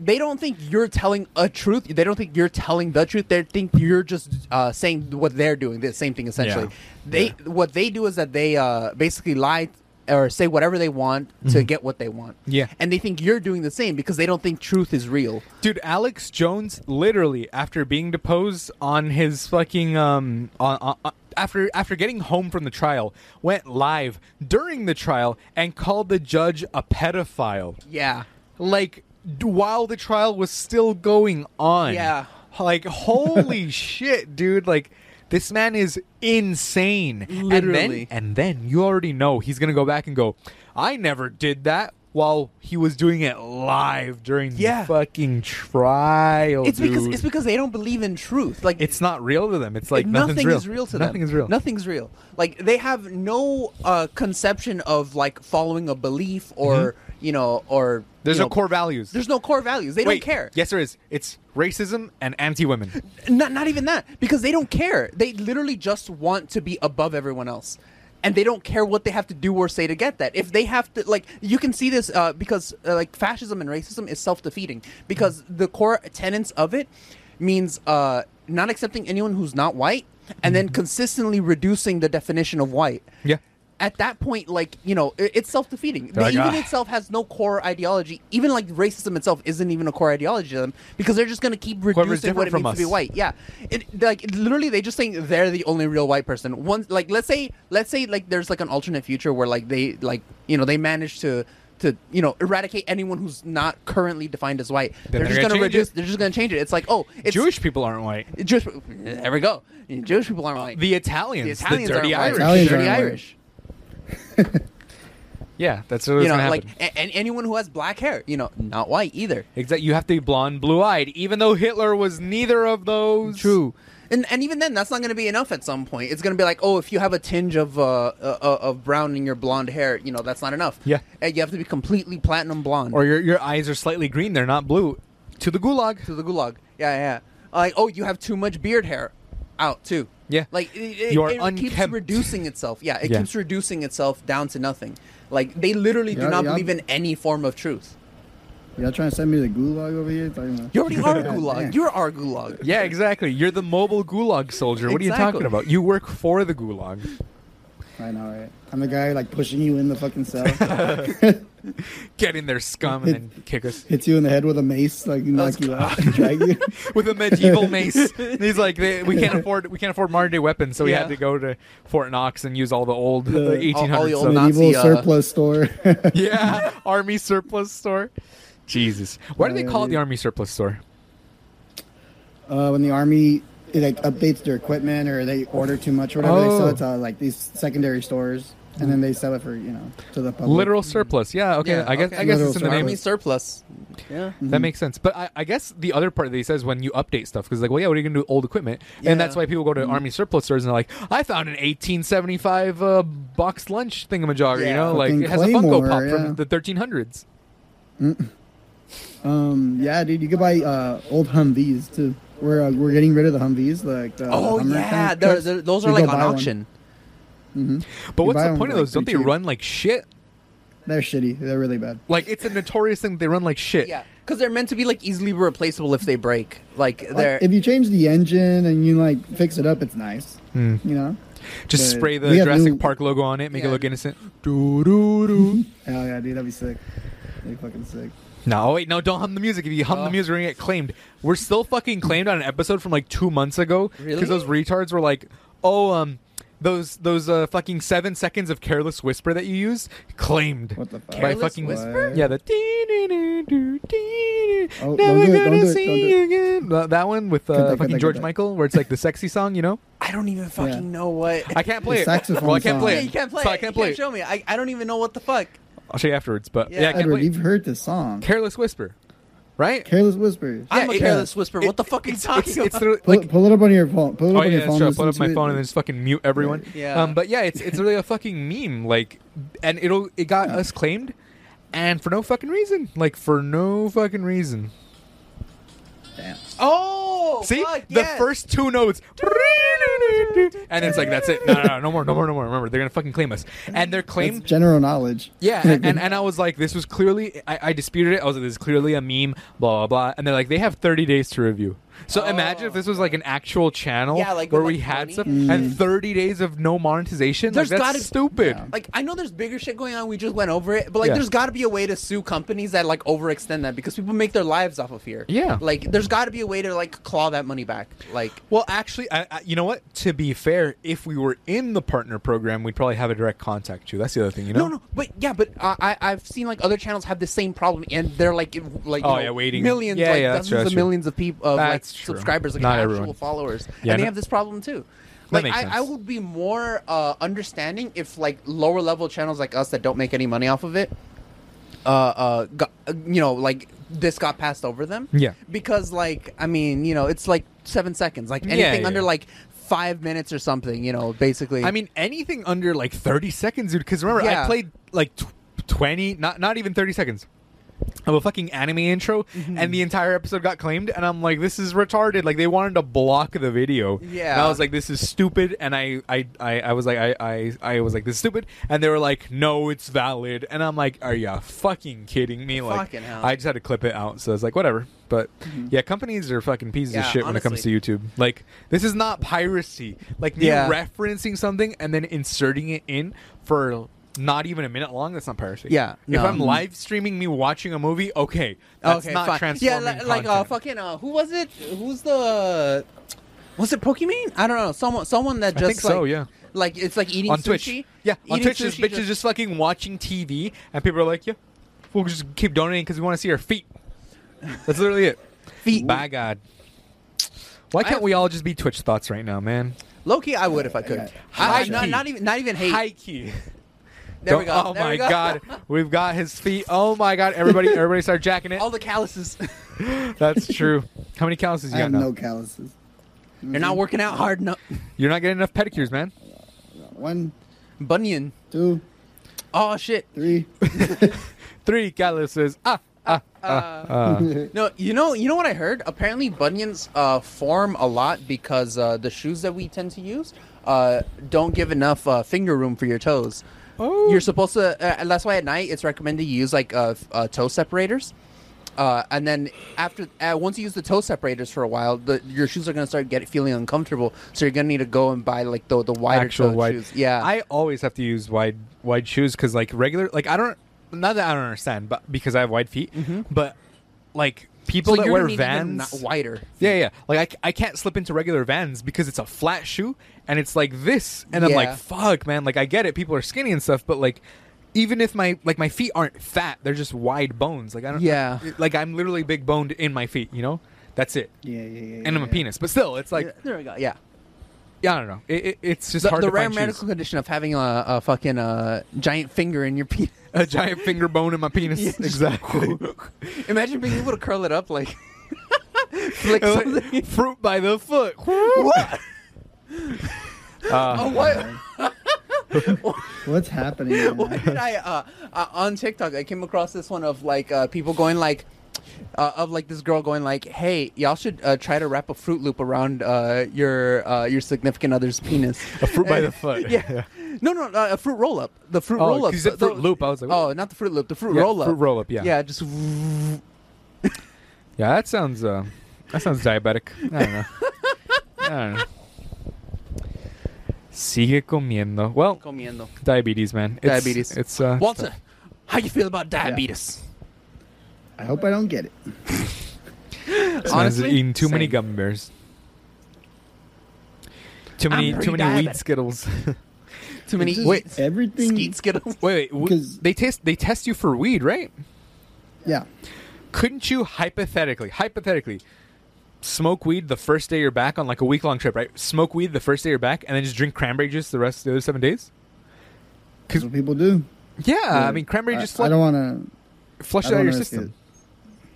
[SPEAKER 2] they don't think you're telling a truth. They don't think you're telling the truth. They think you're just uh, saying what they're doing. The same thing essentially.
[SPEAKER 1] Yeah.
[SPEAKER 2] They what they do is that they uh, basically lie or say whatever they want to get what they want.
[SPEAKER 1] Mm-hmm. Yeah.
[SPEAKER 2] and they think you're doing the same because they don't think truth is real.
[SPEAKER 1] Dude, Alex Jones literally after being deposed on his fucking um on, on, on- after after getting home from the trial, went live during the trial and called the judge a pedophile.
[SPEAKER 2] Yeah,
[SPEAKER 1] Like d- while the trial was still going on.
[SPEAKER 2] Yeah.
[SPEAKER 1] Like holy shit, dude, like this man is insane.
[SPEAKER 2] Literally.
[SPEAKER 1] And then, and then you already know he's going to go back and go, "I never did that." While he was doing it live during
[SPEAKER 2] Yeah.
[SPEAKER 1] the fucking trial,
[SPEAKER 2] it's because
[SPEAKER 1] Oh, dude.
[SPEAKER 2] it's because they don't believe in truth. Like
[SPEAKER 1] It's not real to them. It's like
[SPEAKER 2] nothing
[SPEAKER 1] nothing's real.
[SPEAKER 2] is real to
[SPEAKER 1] Nothing
[SPEAKER 2] them.
[SPEAKER 1] is real.
[SPEAKER 2] Nothing's real. Like they have no uh, conception of like following a belief or you know or
[SPEAKER 1] Mm-hmm. There's
[SPEAKER 2] you
[SPEAKER 1] no
[SPEAKER 2] know,
[SPEAKER 1] core values.
[SPEAKER 2] There's no core values. They
[SPEAKER 1] Wait,
[SPEAKER 2] don't care.
[SPEAKER 1] Yes, there is. It's racism and anti-women.
[SPEAKER 2] not not even that because they don't care. They literally just want to be above everyone else. And they don't care what they have to do or say to get that. If they have to, like, you can see this uh, because, uh, like, fascism and racism is self defeating because the core tenets of it means uh, not accepting anyone who's not white and then consistently reducing the definition of white.
[SPEAKER 1] Mm-hmm. Yeah.
[SPEAKER 2] At that point, like, you know, i- it's self defeating.
[SPEAKER 1] They're like,
[SPEAKER 2] Even
[SPEAKER 1] "Ah."
[SPEAKER 2] itself has no core ideology. Even, like, racism itself isn't even a core ideology to them because they're just going to keep
[SPEAKER 1] Whoever's
[SPEAKER 2] reducing what
[SPEAKER 1] different
[SPEAKER 2] it
[SPEAKER 1] from
[SPEAKER 2] means to be
[SPEAKER 1] us.
[SPEAKER 2] white white. Yeah, it, like literally, they just think they're the only real white person. Once, like let's say, let's say like there's like an alternate future where like they like you know they manage to to you know eradicate anyone who's not currently defined as white.
[SPEAKER 1] Then
[SPEAKER 2] they're,
[SPEAKER 1] they're
[SPEAKER 2] just
[SPEAKER 1] gonna
[SPEAKER 2] gonna
[SPEAKER 1] change
[SPEAKER 2] reduce.
[SPEAKER 1] it.
[SPEAKER 2] They're just gonna change it. It's like oh, it's
[SPEAKER 1] Jewish people aren't white.
[SPEAKER 2] Jewish. There we go. Jewish people aren't white.
[SPEAKER 1] The Italians,
[SPEAKER 2] The Italians
[SPEAKER 1] the dirty
[SPEAKER 2] aren't
[SPEAKER 1] Irish.
[SPEAKER 2] white.
[SPEAKER 3] Italians
[SPEAKER 2] dirty
[SPEAKER 3] aren't white.
[SPEAKER 2] Irish.
[SPEAKER 1] Yeah, that's what's
[SPEAKER 2] You know,
[SPEAKER 1] gonna
[SPEAKER 2] like
[SPEAKER 1] happen.
[SPEAKER 2] a- and anyone who has black hair, you know, not white either.
[SPEAKER 1] Exact. You have to be blonde, blue-eyed, even though Hitler was neither of those.
[SPEAKER 2] True. And, and even then, that's not going to be enough. At some point, it's going to be like, oh, if you have a tinge of uh, uh, uh, of brown in your blonde hair, you know that's not enough.
[SPEAKER 1] Yeah.
[SPEAKER 2] and you have to be completely platinum blonde
[SPEAKER 1] Or your your eyes are slightly green; they're not blue. To the gulag.
[SPEAKER 2] to the gulag. Yeah, yeah. Like, oh, you have too much beard hair, out too.
[SPEAKER 1] Yeah.
[SPEAKER 2] like it, it-
[SPEAKER 1] You are
[SPEAKER 2] it keeps
[SPEAKER 1] unkempt.
[SPEAKER 2] reducing itself. Yeah, it
[SPEAKER 1] Yeah.
[SPEAKER 2] keeps reducing itself down to nothing. Like they literally do
[SPEAKER 3] Yeah,
[SPEAKER 2] not
[SPEAKER 3] yeah.
[SPEAKER 2] believe in any form of truth.
[SPEAKER 3] Y'all trying to send me to the gulag over here? Talking about-
[SPEAKER 2] You already are
[SPEAKER 3] God damn.
[SPEAKER 2] gulag. You're our gulag.
[SPEAKER 1] Yeah, exactly. You're the mobile gulag soldier. What are you
[SPEAKER 2] Exactly.
[SPEAKER 1] talking about? You work for the gulag.
[SPEAKER 3] I know, right? I'm the guy like pushing you in the fucking cell,
[SPEAKER 1] Get in there, scum, and then kick us
[SPEAKER 3] hits you in the head with a mace, like knock you out, drag you.
[SPEAKER 1] with a medieval mace. And he's like, they, we can't afford we can't afford modern day weapons, so we
[SPEAKER 2] Yeah.
[SPEAKER 1] had to go to Fort Knox and use all the old
[SPEAKER 3] all- all the
[SPEAKER 1] 1800s.
[SPEAKER 2] old
[SPEAKER 1] stuff.
[SPEAKER 2] Nazi,
[SPEAKER 3] Medieval
[SPEAKER 2] uh,
[SPEAKER 3] surplus store.
[SPEAKER 1] yeah, army surplus store. Jesus, why do they
[SPEAKER 3] Yeah,
[SPEAKER 1] call it the
[SPEAKER 3] dude.
[SPEAKER 1] army surplus store?
[SPEAKER 3] uh, when the army it, like updates their equipment or they order too much or whatever, they sell
[SPEAKER 1] Oh.
[SPEAKER 3] it to like these secondary stores, and then they sell it for you know to the public.
[SPEAKER 1] Literal surplus. Yeah, okay.
[SPEAKER 2] Mm. Yeah,
[SPEAKER 1] I guess
[SPEAKER 2] okay.
[SPEAKER 1] I guess
[SPEAKER 3] Literal
[SPEAKER 1] it's in the
[SPEAKER 3] surplus.
[SPEAKER 1] name.
[SPEAKER 2] Army surplus. Yeah.
[SPEAKER 1] That makes sense. But I, I guess the other part of these says when you update stuff, because like, well, yeah, what are you gonna do with old equipment?
[SPEAKER 2] Yeah.
[SPEAKER 1] And that's why people go
[SPEAKER 3] Mm-hmm.
[SPEAKER 1] to army surplus stores and they're like, I found an 1875 uh, box lunch thingamajogger. You
[SPEAKER 2] Yeah.
[SPEAKER 1] know, like
[SPEAKER 3] Fucking
[SPEAKER 1] it has a Funko
[SPEAKER 3] Claymore,
[SPEAKER 1] Pop
[SPEAKER 3] yeah.
[SPEAKER 1] from the 1300s.
[SPEAKER 3] Um, yeah, dude, you could buy uh, old Humvees too. We're uh, we're getting rid of the Humvees, like the
[SPEAKER 2] Oh
[SPEAKER 3] the Hummer
[SPEAKER 2] yeah,
[SPEAKER 3] kind of
[SPEAKER 2] they're,
[SPEAKER 3] trucks.
[SPEAKER 2] they're, those
[SPEAKER 3] You
[SPEAKER 2] are
[SPEAKER 3] go
[SPEAKER 2] like on
[SPEAKER 3] buy one.
[SPEAKER 2] auction.
[SPEAKER 3] Mm-hmm.
[SPEAKER 1] But what's
[SPEAKER 3] buy
[SPEAKER 1] the
[SPEAKER 3] them
[SPEAKER 1] point of
[SPEAKER 3] for, like,
[SPEAKER 1] those? Don't they
[SPEAKER 3] pretty cheap.
[SPEAKER 1] run like shit?
[SPEAKER 3] They're shitty. They're really bad.
[SPEAKER 1] Like it's a notorious thing. that They run like shit.
[SPEAKER 2] Yeah, because they're meant to be like easily replaceable if they break. Like
[SPEAKER 3] Like,
[SPEAKER 2] they're
[SPEAKER 3] if you change the engine and you like fix it up, it's nice.
[SPEAKER 1] Hmm.
[SPEAKER 3] You know?
[SPEAKER 1] Just
[SPEAKER 3] But
[SPEAKER 1] spray the
[SPEAKER 3] we have
[SPEAKER 1] Jurassic
[SPEAKER 3] new-
[SPEAKER 1] Park logo on it, make it
[SPEAKER 2] Yeah.
[SPEAKER 1] look innocent. Doo, doo, doo.
[SPEAKER 3] Hell yeah, dude, that'd be sick. That'd be fucking sick.
[SPEAKER 1] No, oh, wait, no, don't hum the music. If you hum
[SPEAKER 2] Oh.
[SPEAKER 1] the music, we're gonna get claimed. We're still fucking claimed on an episode from like two months ago because
[SPEAKER 2] Really?
[SPEAKER 1] those retards were like, "Oh, um, those those uh fucking seven seconds of careless whisper that you use claimed
[SPEAKER 3] What the fuck?
[SPEAKER 1] by
[SPEAKER 2] Careless
[SPEAKER 1] fucking
[SPEAKER 3] whisper?
[SPEAKER 1] Yeah, the dee-dee-dee-doo, dee-dee-dee,
[SPEAKER 3] Oh, don't
[SPEAKER 1] never
[SPEAKER 3] do it, don't
[SPEAKER 1] gonna
[SPEAKER 3] do it,
[SPEAKER 1] see
[SPEAKER 3] don't do
[SPEAKER 1] you again. No, That one with
[SPEAKER 3] Cut that,
[SPEAKER 1] uh,
[SPEAKER 3] cut
[SPEAKER 1] fucking
[SPEAKER 3] that,
[SPEAKER 1] George
[SPEAKER 3] cut that.
[SPEAKER 1] Michael, where it's like the sexy song, you know?
[SPEAKER 2] I don't even fucking
[SPEAKER 3] Yeah.
[SPEAKER 2] know what.
[SPEAKER 1] I can't play
[SPEAKER 3] The
[SPEAKER 1] it.
[SPEAKER 3] saxophone
[SPEAKER 1] Well, I can't
[SPEAKER 3] song.
[SPEAKER 1] play
[SPEAKER 2] yeah,
[SPEAKER 1] it.
[SPEAKER 2] you can't play.
[SPEAKER 1] So
[SPEAKER 2] it.
[SPEAKER 1] I can't
[SPEAKER 2] you
[SPEAKER 1] play.
[SPEAKER 2] can't
[SPEAKER 1] it.
[SPEAKER 2] show me. I, I don't even know what the fuck.
[SPEAKER 1] I'll show you afterwards, but yeah,
[SPEAKER 2] Yeah.
[SPEAKER 1] I can't
[SPEAKER 3] Edward,
[SPEAKER 1] play. it.
[SPEAKER 3] you've heard this song.
[SPEAKER 1] Careless whisper, right?
[SPEAKER 3] Careless Whispers.
[SPEAKER 1] Yeah,
[SPEAKER 2] I'm a
[SPEAKER 1] it-
[SPEAKER 2] careless whisper.
[SPEAKER 1] It-
[SPEAKER 2] what the fuck are you
[SPEAKER 1] it's-
[SPEAKER 2] talking
[SPEAKER 1] it's,
[SPEAKER 2] about?
[SPEAKER 1] it's through-
[SPEAKER 3] Pull,
[SPEAKER 1] like
[SPEAKER 3] it- pull it up on your phone. Pull it up
[SPEAKER 1] Oh
[SPEAKER 3] on
[SPEAKER 1] yeah,
[SPEAKER 3] your
[SPEAKER 1] that's
[SPEAKER 3] phone.
[SPEAKER 1] true. I pull up
[SPEAKER 3] listen
[SPEAKER 1] my
[SPEAKER 3] to it.
[SPEAKER 1] phone and then just fucking mute everyone.
[SPEAKER 2] Yeah.
[SPEAKER 1] Um, but yeah, it's it's really a fucking meme. Like, and it'll it got
[SPEAKER 3] Hmm.
[SPEAKER 1] us claimed, and for no fucking reason. Like for no fucking reason.
[SPEAKER 3] Damn.
[SPEAKER 2] oh,
[SPEAKER 1] See
[SPEAKER 2] fuck,
[SPEAKER 1] the
[SPEAKER 2] yes.
[SPEAKER 1] first two notes, and it's like that's it. No, no, no, no more, no more, no more. Remember, they're gonna fucking claim us, and they're
[SPEAKER 3] It's
[SPEAKER 1] claimed.
[SPEAKER 3] general knowledge.
[SPEAKER 1] Yeah, and, and, and I was like, this was clearly, I, I disputed it. I was like, this is clearly a meme, blah, blah, blah. And they're like, they have 30 days to review. So imagine if this was like an actual channel
[SPEAKER 2] Yeah, like,
[SPEAKER 1] where
[SPEAKER 2] with,
[SPEAKER 1] we
[SPEAKER 2] like,
[SPEAKER 1] had
[SPEAKER 2] money.
[SPEAKER 1] stuff and 30 days of no monetization.
[SPEAKER 2] There's
[SPEAKER 1] like, that's
[SPEAKER 2] gotta-
[SPEAKER 1] stupid.
[SPEAKER 3] Yeah.
[SPEAKER 2] Like I know there's bigger shit going on. We just went over it, but like
[SPEAKER 1] Yeah.
[SPEAKER 2] there's got to be a way to sue companies that like overextend that because people make their lives off of here.
[SPEAKER 1] Yeah.
[SPEAKER 2] Like there's got to be a way to like claw that money back. Like
[SPEAKER 1] Well, actually, I, I, you know what? To be fair, if we were in the partner program, we'd probably have a direct contact too. That's the other thing, you know?
[SPEAKER 2] no, no, but yeah, but uh, I I've seen like other channels have the same problem and they're like if- like you
[SPEAKER 1] Oh,
[SPEAKER 2] know,
[SPEAKER 1] yeah, waiting.
[SPEAKER 2] millions
[SPEAKER 1] Yeah,
[SPEAKER 2] like
[SPEAKER 1] yeah, that's
[SPEAKER 2] dozens
[SPEAKER 1] true,
[SPEAKER 2] of
[SPEAKER 1] that's true.
[SPEAKER 2] millions of people of
[SPEAKER 1] That's
[SPEAKER 2] like
[SPEAKER 1] true.
[SPEAKER 2] subscribers like
[SPEAKER 1] Not
[SPEAKER 2] actual
[SPEAKER 1] everyone.
[SPEAKER 2] followers
[SPEAKER 1] Yeah,
[SPEAKER 2] and they
[SPEAKER 1] no-
[SPEAKER 2] have this problem too.
[SPEAKER 1] That
[SPEAKER 2] Like
[SPEAKER 1] makes
[SPEAKER 2] I, I
[SPEAKER 1] sense.
[SPEAKER 2] would be more uh, understanding if like lower level channels like us that don't make any money off of it uh, uh, got, uh, you know, like this got passed over them.
[SPEAKER 1] Yeah.
[SPEAKER 2] Because, like, I mean, you know, it's like seven seconds. Like
[SPEAKER 1] Yeah,
[SPEAKER 2] anything under
[SPEAKER 1] yeah.
[SPEAKER 2] like five minutes or something, you know, basically.
[SPEAKER 1] I mean, anything under like 30 seconds, dude. Because remember, I
[SPEAKER 2] Yeah.
[SPEAKER 1] played like tw- 20, not not even 30 seconds of a fucking anime intro,
[SPEAKER 2] Mm-hmm.
[SPEAKER 1] and the entire episode got claimed. And I'm like, this is retarded. Like they wanted to block the video. And I
[SPEAKER 2] Yeah.
[SPEAKER 1] was like, this is stupid. And I I, I, I was like, I, I I was like, this is stupid. And they were like, no, it's valid. And I'm like, are you fucking kidding me? Like,
[SPEAKER 2] Fucking hell. Mm-hmm.
[SPEAKER 1] I just had to clip it out. So it's like, whatever. But yeah, companies are fucking pieces of
[SPEAKER 2] Yeah,
[SPEAKER 1] shit when it comes to
[SPEAKER 2] honestly.
[SPEAKER 1] YouTube. Like this is not piracy. Like me
[SPEAKER 2] Yeah.
[SPEAKER 1] referencing something and then inserting it in for not even a minute long. That's not piracy.
[SPEAKER 2] Yeah,
[SPEAKER 1] If
[SPEAKER 2] no.
[SPEAKER 1] I'm live streaming me watching a movie, okay, that's
[SPEAKER 2] okay,
[SPEAKER 1] not
[SPEAKER 2] fine.
[SPEAKER 1] transforming.
[SPEAKER 2] Yeah, li- like, uh,
[SPEAKER 1] content.
[SPEAKER 2] fucking, uh, who was it? Who's the. Was it Pokemon? I don't know. Someone, someone that just
[SPEAKER 1] think so,
[SPEAKER 2] like,
[SPEAKER 1] yeah.
[SPEAKER 2] like it's like eating
[SPEAKER 1] on
[SPEAKER 2] sushi.
[SPEAKER 1] Twitch. Yeah, on
[SPEAKER 2] Eating
[SPEAKER 1] Twitch, this
[SPEAKER 2] sushi
[SPEAKER 1] bitch is just fucking watching TV, and people are like, "Yeah, we'll just keep donating because we want to see her feet." That's literally it.
[SPEAKER 2] Feet.
[SPEAKER 1] By God. Why can't
[SPEAKER 2] have-
[SPEAKER 1] we all just be Twitch thoughts right now, man?
[SPEAKER 2] low key. I would if I could.
[SPEAKER 3] Yeah.
[SPEAKER 2] I, I-
[SPEAKER 1] High
[SPEAKER 2] not,
[SPEAKER 1] key.
[SPEAKER 2] not even, not even hate.
[SPEAKER 1] High key.
[SPEAKER 2] there
[SPEAKER 1] Don't-
[SPEAKER 2] we go.
[SPEAKER 1] Oh
[SPEAKER 2] There
[SPEAKER 1] my
[SPEAKER 2] we go.
[SPEAKER 1] god, we've got his feet. Oh my god, everybody, everybody start jacking it.
[SPEAKER 2] All the calluses.
[SPEAKER 1] That's true. How many calluses
[SPEAKER 3] I
[SPEAKER 1] you got
[SPEAKER 3] have
[SPEAKER 1] now?
[SPEAKER 3] no calluses.
[SPEAKER 2] You're not working out hard enough.
[SPEAKER 1] You're not getting enough pedicures, man.
[SPEAKER 3] One,
[SPEAKER 2] Bunyan.
[SPEAKER 3] two,
[SPEAKER 2] Oh shit.
[SPEAKER 3] three.
[SPEAKER 1] Three calluses. Ah,
[SPEAKER 2] Uh,
[SPEAKER 1] ah, ah. ah.
[SPEAKER 2] No, you know, you know what I heard. Apparently, bunions uh, form a lot because uh, the shoes that we tend to use uh, don't give enough uh, finger room for your toes.
[SPEAKER 1] Oh.
[SPEAKER 2] You're supposed to. Uh, and that's why at night it's recommended you use like uh, f- uh, toe separators. Uh, and then after, uh, once you use the toe separators for a while, the, your shoes are gonna start get feeling uncomfortable. So you're gonna need to go and buy like the the wider
[SPEAKER 1] actual
[SPEAKER 2] toe
[SPEAKER 1] wide
[SPEAKER 2] shoes. Yeah,
[SPEAKER 1] I always have to use wide wide shoes because like regular like I don't not that I don't understand, but because I have wide feet, but like people
[SPEAKER 2] Mm-hmm. so
[SPEAKER 1] that
[SPEAKER 2] you're
[SPEAKER 1] wear
[SPEAKER 2] gonna need even
[SPEAKER 1] Vans,
[SPEAKER 2] not wider.
[SPEAKER 1] yeah, yeah, like I, c- I can't slip into regular Vans because it's a flat shoe and it's like this, and I'm
[SPEAKER 2] Yeah.
[SPEAKER 1] like fuck, man, like I get it, people are skinny and stuff, but like. Even if my like my feet aren't fat, they're just wide bones. Like I don't.
[SPEAKER 2] Yeah.
[SPEAKER 1] like I'm literally big boned in my feet. You know, that's it.
[SPEAKER 3] Yeah, yeah, yeah.
[SPEAKER 1] And I'm a
[SPEAKER 3] yeah.
[SPEAKER 1] penis, but still, it's like
[SPEAKER 2] there we go. Yeah.
[SPEAKER 1] yeah, I don't know. It, it, it's just
[SPEAKER 2] The,
[SPEAKER 1] hard
[SPEAKER 2] the
[SPEAKER 1] to
[SPEAKER 2] rare
[SPEAKER 1] find shoes.
[SPEAKER 2] medical condition of having a, a fucking uh, giant finger in your penis.
[SPEAKER 1] a giant finger bone in my penis.
[SPEAKER 2] Yeah, just-
[SPEAKER 1] exactly.
[SPEAKER 2] Imagine being able to curl it up like flick something.
[SPEAKER 1] Fruit by the foot.
[SPEAKER 2] what?
[SPEAKER 1] Uh,
[SPEAKER 2] Oh, what?
[SPEAKER 3] What's happening? right now?
[SPEAKER 2] What did I uh, uh, on TikTok? I came across this one of like uh, people going like. Uh, of like this girl going like, "Hey, y'all should uh, try to wrap a Fruit Loop around uh, your uh, your significant other's penis."
[SPEAKER 1] A fruit by the foot.
[SPEAKER 2] yeah. No, no, uh, a fruit roll up. The fruit
[SPEAKER 1] Oh,
[SPEAKER 2] roll up.
[SPEAKER 1] 'cause you said Fruit Loop. I was like,
[SPEAKER 2] oh, not the Fruit Loop. The fruit
[SPEAKER 1] Yeah,
[SPEAKER 2] roll up.
[SPEAKER 1] Fruit roll-up, yeah.
[SPEAKER 2] Yeah. Just.
[SPEAKER 1] yeah, that sounds uh, that sounds diabetic. I don't know. I don't know. Sigue comiendo. Well,
[SPEAKER 2] Comiendo.
[SPEAKER 1] diabetes, man. It's,
[SPEAKER 2] Diabetes.
[SPEAKER 1] It's uh,
[SPEAKER 2] Walter, how you feel about diabetes?
[SPEAKER 3] I hope I don't get it.
[SPEAKER 1] it's not as
[SPEAKER 2] Honestly,
[SPEAKER 1] eating too many
[SPEAKER 2] same.
[SPEAKER 1] gummy bears. Too
[SPEAKER 2] I'm
[SPEAKER 1] many,
[SPEAKER 2] pretty
[SPEAKER 1] too many
[SPEAKER 2] diabetic.
[SPEAKER 1] weed skittles.
[SPEAKER 2] Too many.
[SPEAKER 3] It's just
[SPEAKER 2] Wait.
[SPEAKER 3] everything.
[SPEAKER 2] Skeet skittles.
[SPEAKER 1] wait, wait. w-
[SPEAKER 3] 'Cause-
[SPEAKER 1] they test, they test you for weed, right?
[SPEAKER 3] Yeah,
[SPEAKER 1] couldn't you hypothetically hypothetically smoke weed the first day you're back on like a week long trip right smoke weed the first day you're back and then just drink cranberry juice the rest of the other seven days
[SPEAKER 3] that's what people do.
[SPEAKER 1] yeah, Uh, i
[SPEAKER 3] Yeah.
[SPEAKER 1] mean cranberry just
[SPEAKER 3] I, I
[SPEAKER 1] flu-
[SPEAKER 3] don't want
[SPEAKER 1] flush
[SPEAKER 3] to.
[SPEAKER 1] it out of your system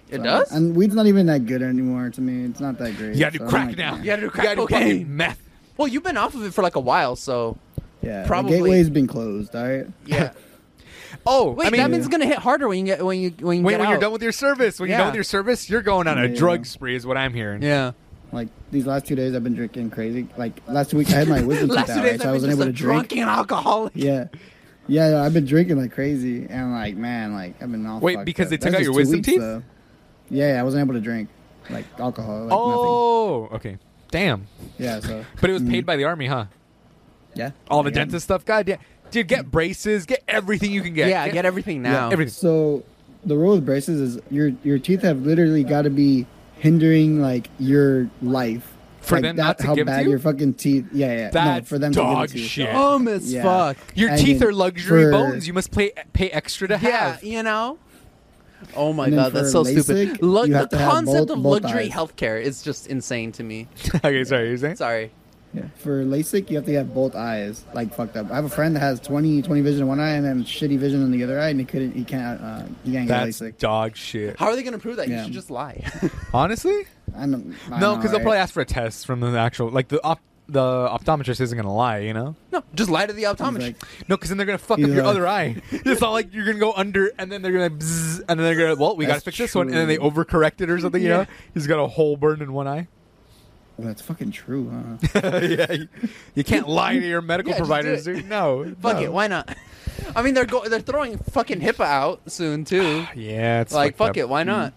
[SPEAKER 2] It does.
[SPEAKER 3] And weed's not even that good anymore to me. It's not that great.
[SPEAKER 1] you gotta do
[SPEAKER 3] so I'm
[SPEAKER 1] crack
[SPEAKER 3] like,
[SPEAKER 1] now
[SPEAKER 3] eh.
[SPEAKER 2] You gotta do crack
[SPEAKER 1] fucking
[SPEAKER 2] cocaine.
[SPEAKER 1] meth
[SPEAKER 2] Well, you've been off of it for like a while, so
[SPEAKER 3] Yeah,
[SPEAKER 2] Probably.
[SPEAKER 3] probably. Gateway's been closed. All right.
[SPEAKER 2] yeah.
[SPEAKER 1] oh
[SPEAKER 2] Wait,
[SPEAKER 1] i mean
[SPEAKER 2] that means it's gonna hit harder when you get when you when you
[SPEAKER 1] when,
[SPEAKER 2] get
[SPEAKER 1] when
[SPEAKER 2] out.
[SPEAKER 1] you're done with your service when you're
[SPEAKER 2] Yeah.
[SPEAKER 1] done with your service you're going on a
[SPEAKER 3] Yeah.
[SPEAKER 1] drug spree is what i'm hearing
[SPEAKER 2] yeah.
[SPEAKER 3] Like these last two days, I've been drinking crazy. Like last week, I had my wisdom
[SPEAKER 2] Last
[SPEAKER 3] teeth
[SPEAKER 2] two
[SPEAKER 3] out,
[SPEAKER 2] days,
[SPEAKER 3] right?
[SPEAKER 2] I've
[SPEAKER 3] so I
[SPEAKER 2] been
[SPEAKER 3] wasn't
[SPEAKER 2] just
[SPEAKER 3] able
[SPEAKER 2] a
[SPEAKER 3] to drink.
[SPEAKER 2] drunken alcoholic.
[SPEAKER 3] Yeah, yeah, yeah, I've been drinking like crazy, and like man, like I've been all.
[SPEAKER 1] Wait,
[SPEAKER 3] fucked
[SPEAKER 1] because
[SPEAKER 3] up.
[SPEAKER 1] they took
[SPEAKER 3] That's
[SPEAKER 1] out
[SPEAKER 3] just
[SPEAKER 1] your
[SPEAKER 3] two
[SPEAKER 1] wisdom
[SPEAKER 3] weeks,
[SPEAKER 1] teeth?
[SPEAKER 3] though. Yeah, yeah, I wasn't able to drink like alcohol. Like
[SPEAKER 1] oh okay damn
[SPEAKER 3] nothing. yeah. So,
[SPEAKER 1] but it was
[SPEAKER 2] Mm-hmm.
[SPEAKER 1] paid by the army huh
[SPEAKER 3] yeah,
[SPEAKER 1] all the
[SPEAKER 3] Yeah.
[SPEAKER 1] dentist stuff god damn dude get braces get everything you can
[SPEAKER 2] Yeah,
[SPEAKER 1] get
[SPEAKER 2] I get everything
[SPEAKER 1] yeah,
[SPEAKER 2] now.
[SPEAKER 1] everything
[SPEAKER 3] So the rule with braces is your your teeth have literally got to be hindering like your life
[SPEAKER 1] For
[SPEAKER 3] Like,
[SPEAKER 1] them
[SPEAKER 3] that-
[SPEAKER 1] not to
[SPEAKER 3] how
[SPEAKER 1] give it to
[SPEAKER 3] bad
[SPEAKER 1] you?
[SPEAKER 3] your fucking teeth. Yeah, yeah.
[SPEAKER 1] That's
[SPEAKER 3] no, for them
[SPEAKER 1] dog
[SPEAKER 3] to give it to you.
[SPEAKER 1] shit.
[SPEAKER 2] Dumb as
[SPEAKER 3] Yeah.
[SPEAKER 2] Oh, fuck.
[SPEAKER 1] Your
[SPEAKER 3] I
[SPEAKER 1] teeth
[SPEAKER 3] mean,
[SPEAKER 1] are luxury
[SPEAKER 3] for-
[SPEAKER 1] bones. You must pay pay extra to
[SPEAKER 2] Yeah,
[SPEAKER 1] have.
[SPEAKER 2] you know. Oh my
[SPEAKER 3] And then
[SPEAKER 2] god, that's so
[SPEAKER 3] for
[SPEAKER 2] stupid.
[SPEAKER 3] LASIK,
[SPEAKER 2] Lu-
[SPEAKER 3] you
[SPEAKER 2] the
[SPEAKER 3] have to have
[SPEAKER 2] concept
[SPEAKER 3] both-
[SPEAKER 2] of
[SPEAKER 3] both
[SPEAKER 2] luxury
[SPEAKER 3] eyes.
[SPEAKER 2] healthcare is just insane to me.
[SPEAKER 1] okay, sorry, you're saying?
[SPEAKER 2] Sorry.
[SPEAKER 3] Yeah. For LASIK, you have to have both eyes like fucked up. I have a friend that has 20, 20 vision in one eye and then shitty vision in the other eye, and he couldn't. He can't. Uh, he can't
[SPEAKER 1] That's
[SPEAKER 3] get LASIK.
[SPEAKER 1] dog shit.
[SPEAKER 2] How are they gonna prove that? You
[SPEAKER 3] Yeah.
[SPEAKER 2] should just lie.
[SPEAKER 1] Honestly,
[SPEAKER 3] I don't, I
[SPEAKER 1] no,
[SPEAKER 3] know,
[SPEAKER 1] because they'll
[SPEAKER 3] right?
[SPEAKER 1] probably ask for a test from the actual like the op- the optometrist isn't gonna lie, you know?
[SPEAKER 2] no, just lie to the
[SPEAKER 3] He's
[SPEAKER 2] optometrist.
[SPEAKER 3] like,
[SPEAKER 1] No, because then they're gonna fuck up
[SPEAKER 3] Yeah.
[SPEAKER 1] your other eye. It's not like you're gonna go under and then they're gonna bzzz, and then they're gonna well we gotta
[SPEAKER 3] That's
[SPEAKER 1] fix this one and then
[SPEAKER 3] true.
[SPEAKER 1] they overcorrect it or something. You
[SPEAKER 2] Yeah.
[SPEAKER 1] know, he's got a hole burned in one eye.
[SPEAKER 3] "Well, that's fucking true, huh?
[SPEAKER 1] yeah, you, you can't lie to your medical
[SPEAKER 2] Yeah, just do
[SPEAKER 1] providers,
[SPEAKER 2] it.
[SPEAKER 1] dude. No,
[SPEAKER 2] Fuck
[SPEAKER 1] no.
[SPEAKER 2] it, why not? I mean, they're go- they're throwing fucking HIPAA out soon too.
[SPEAKER 1] Yeah, Ah, it's
[SPEAKER 2] like
[SPEAKER 1] fucked
[SPEAKER 2] fuck
[SPEAKER 1] up. Mm-hmm.
[SPEAKER 2] it, why not?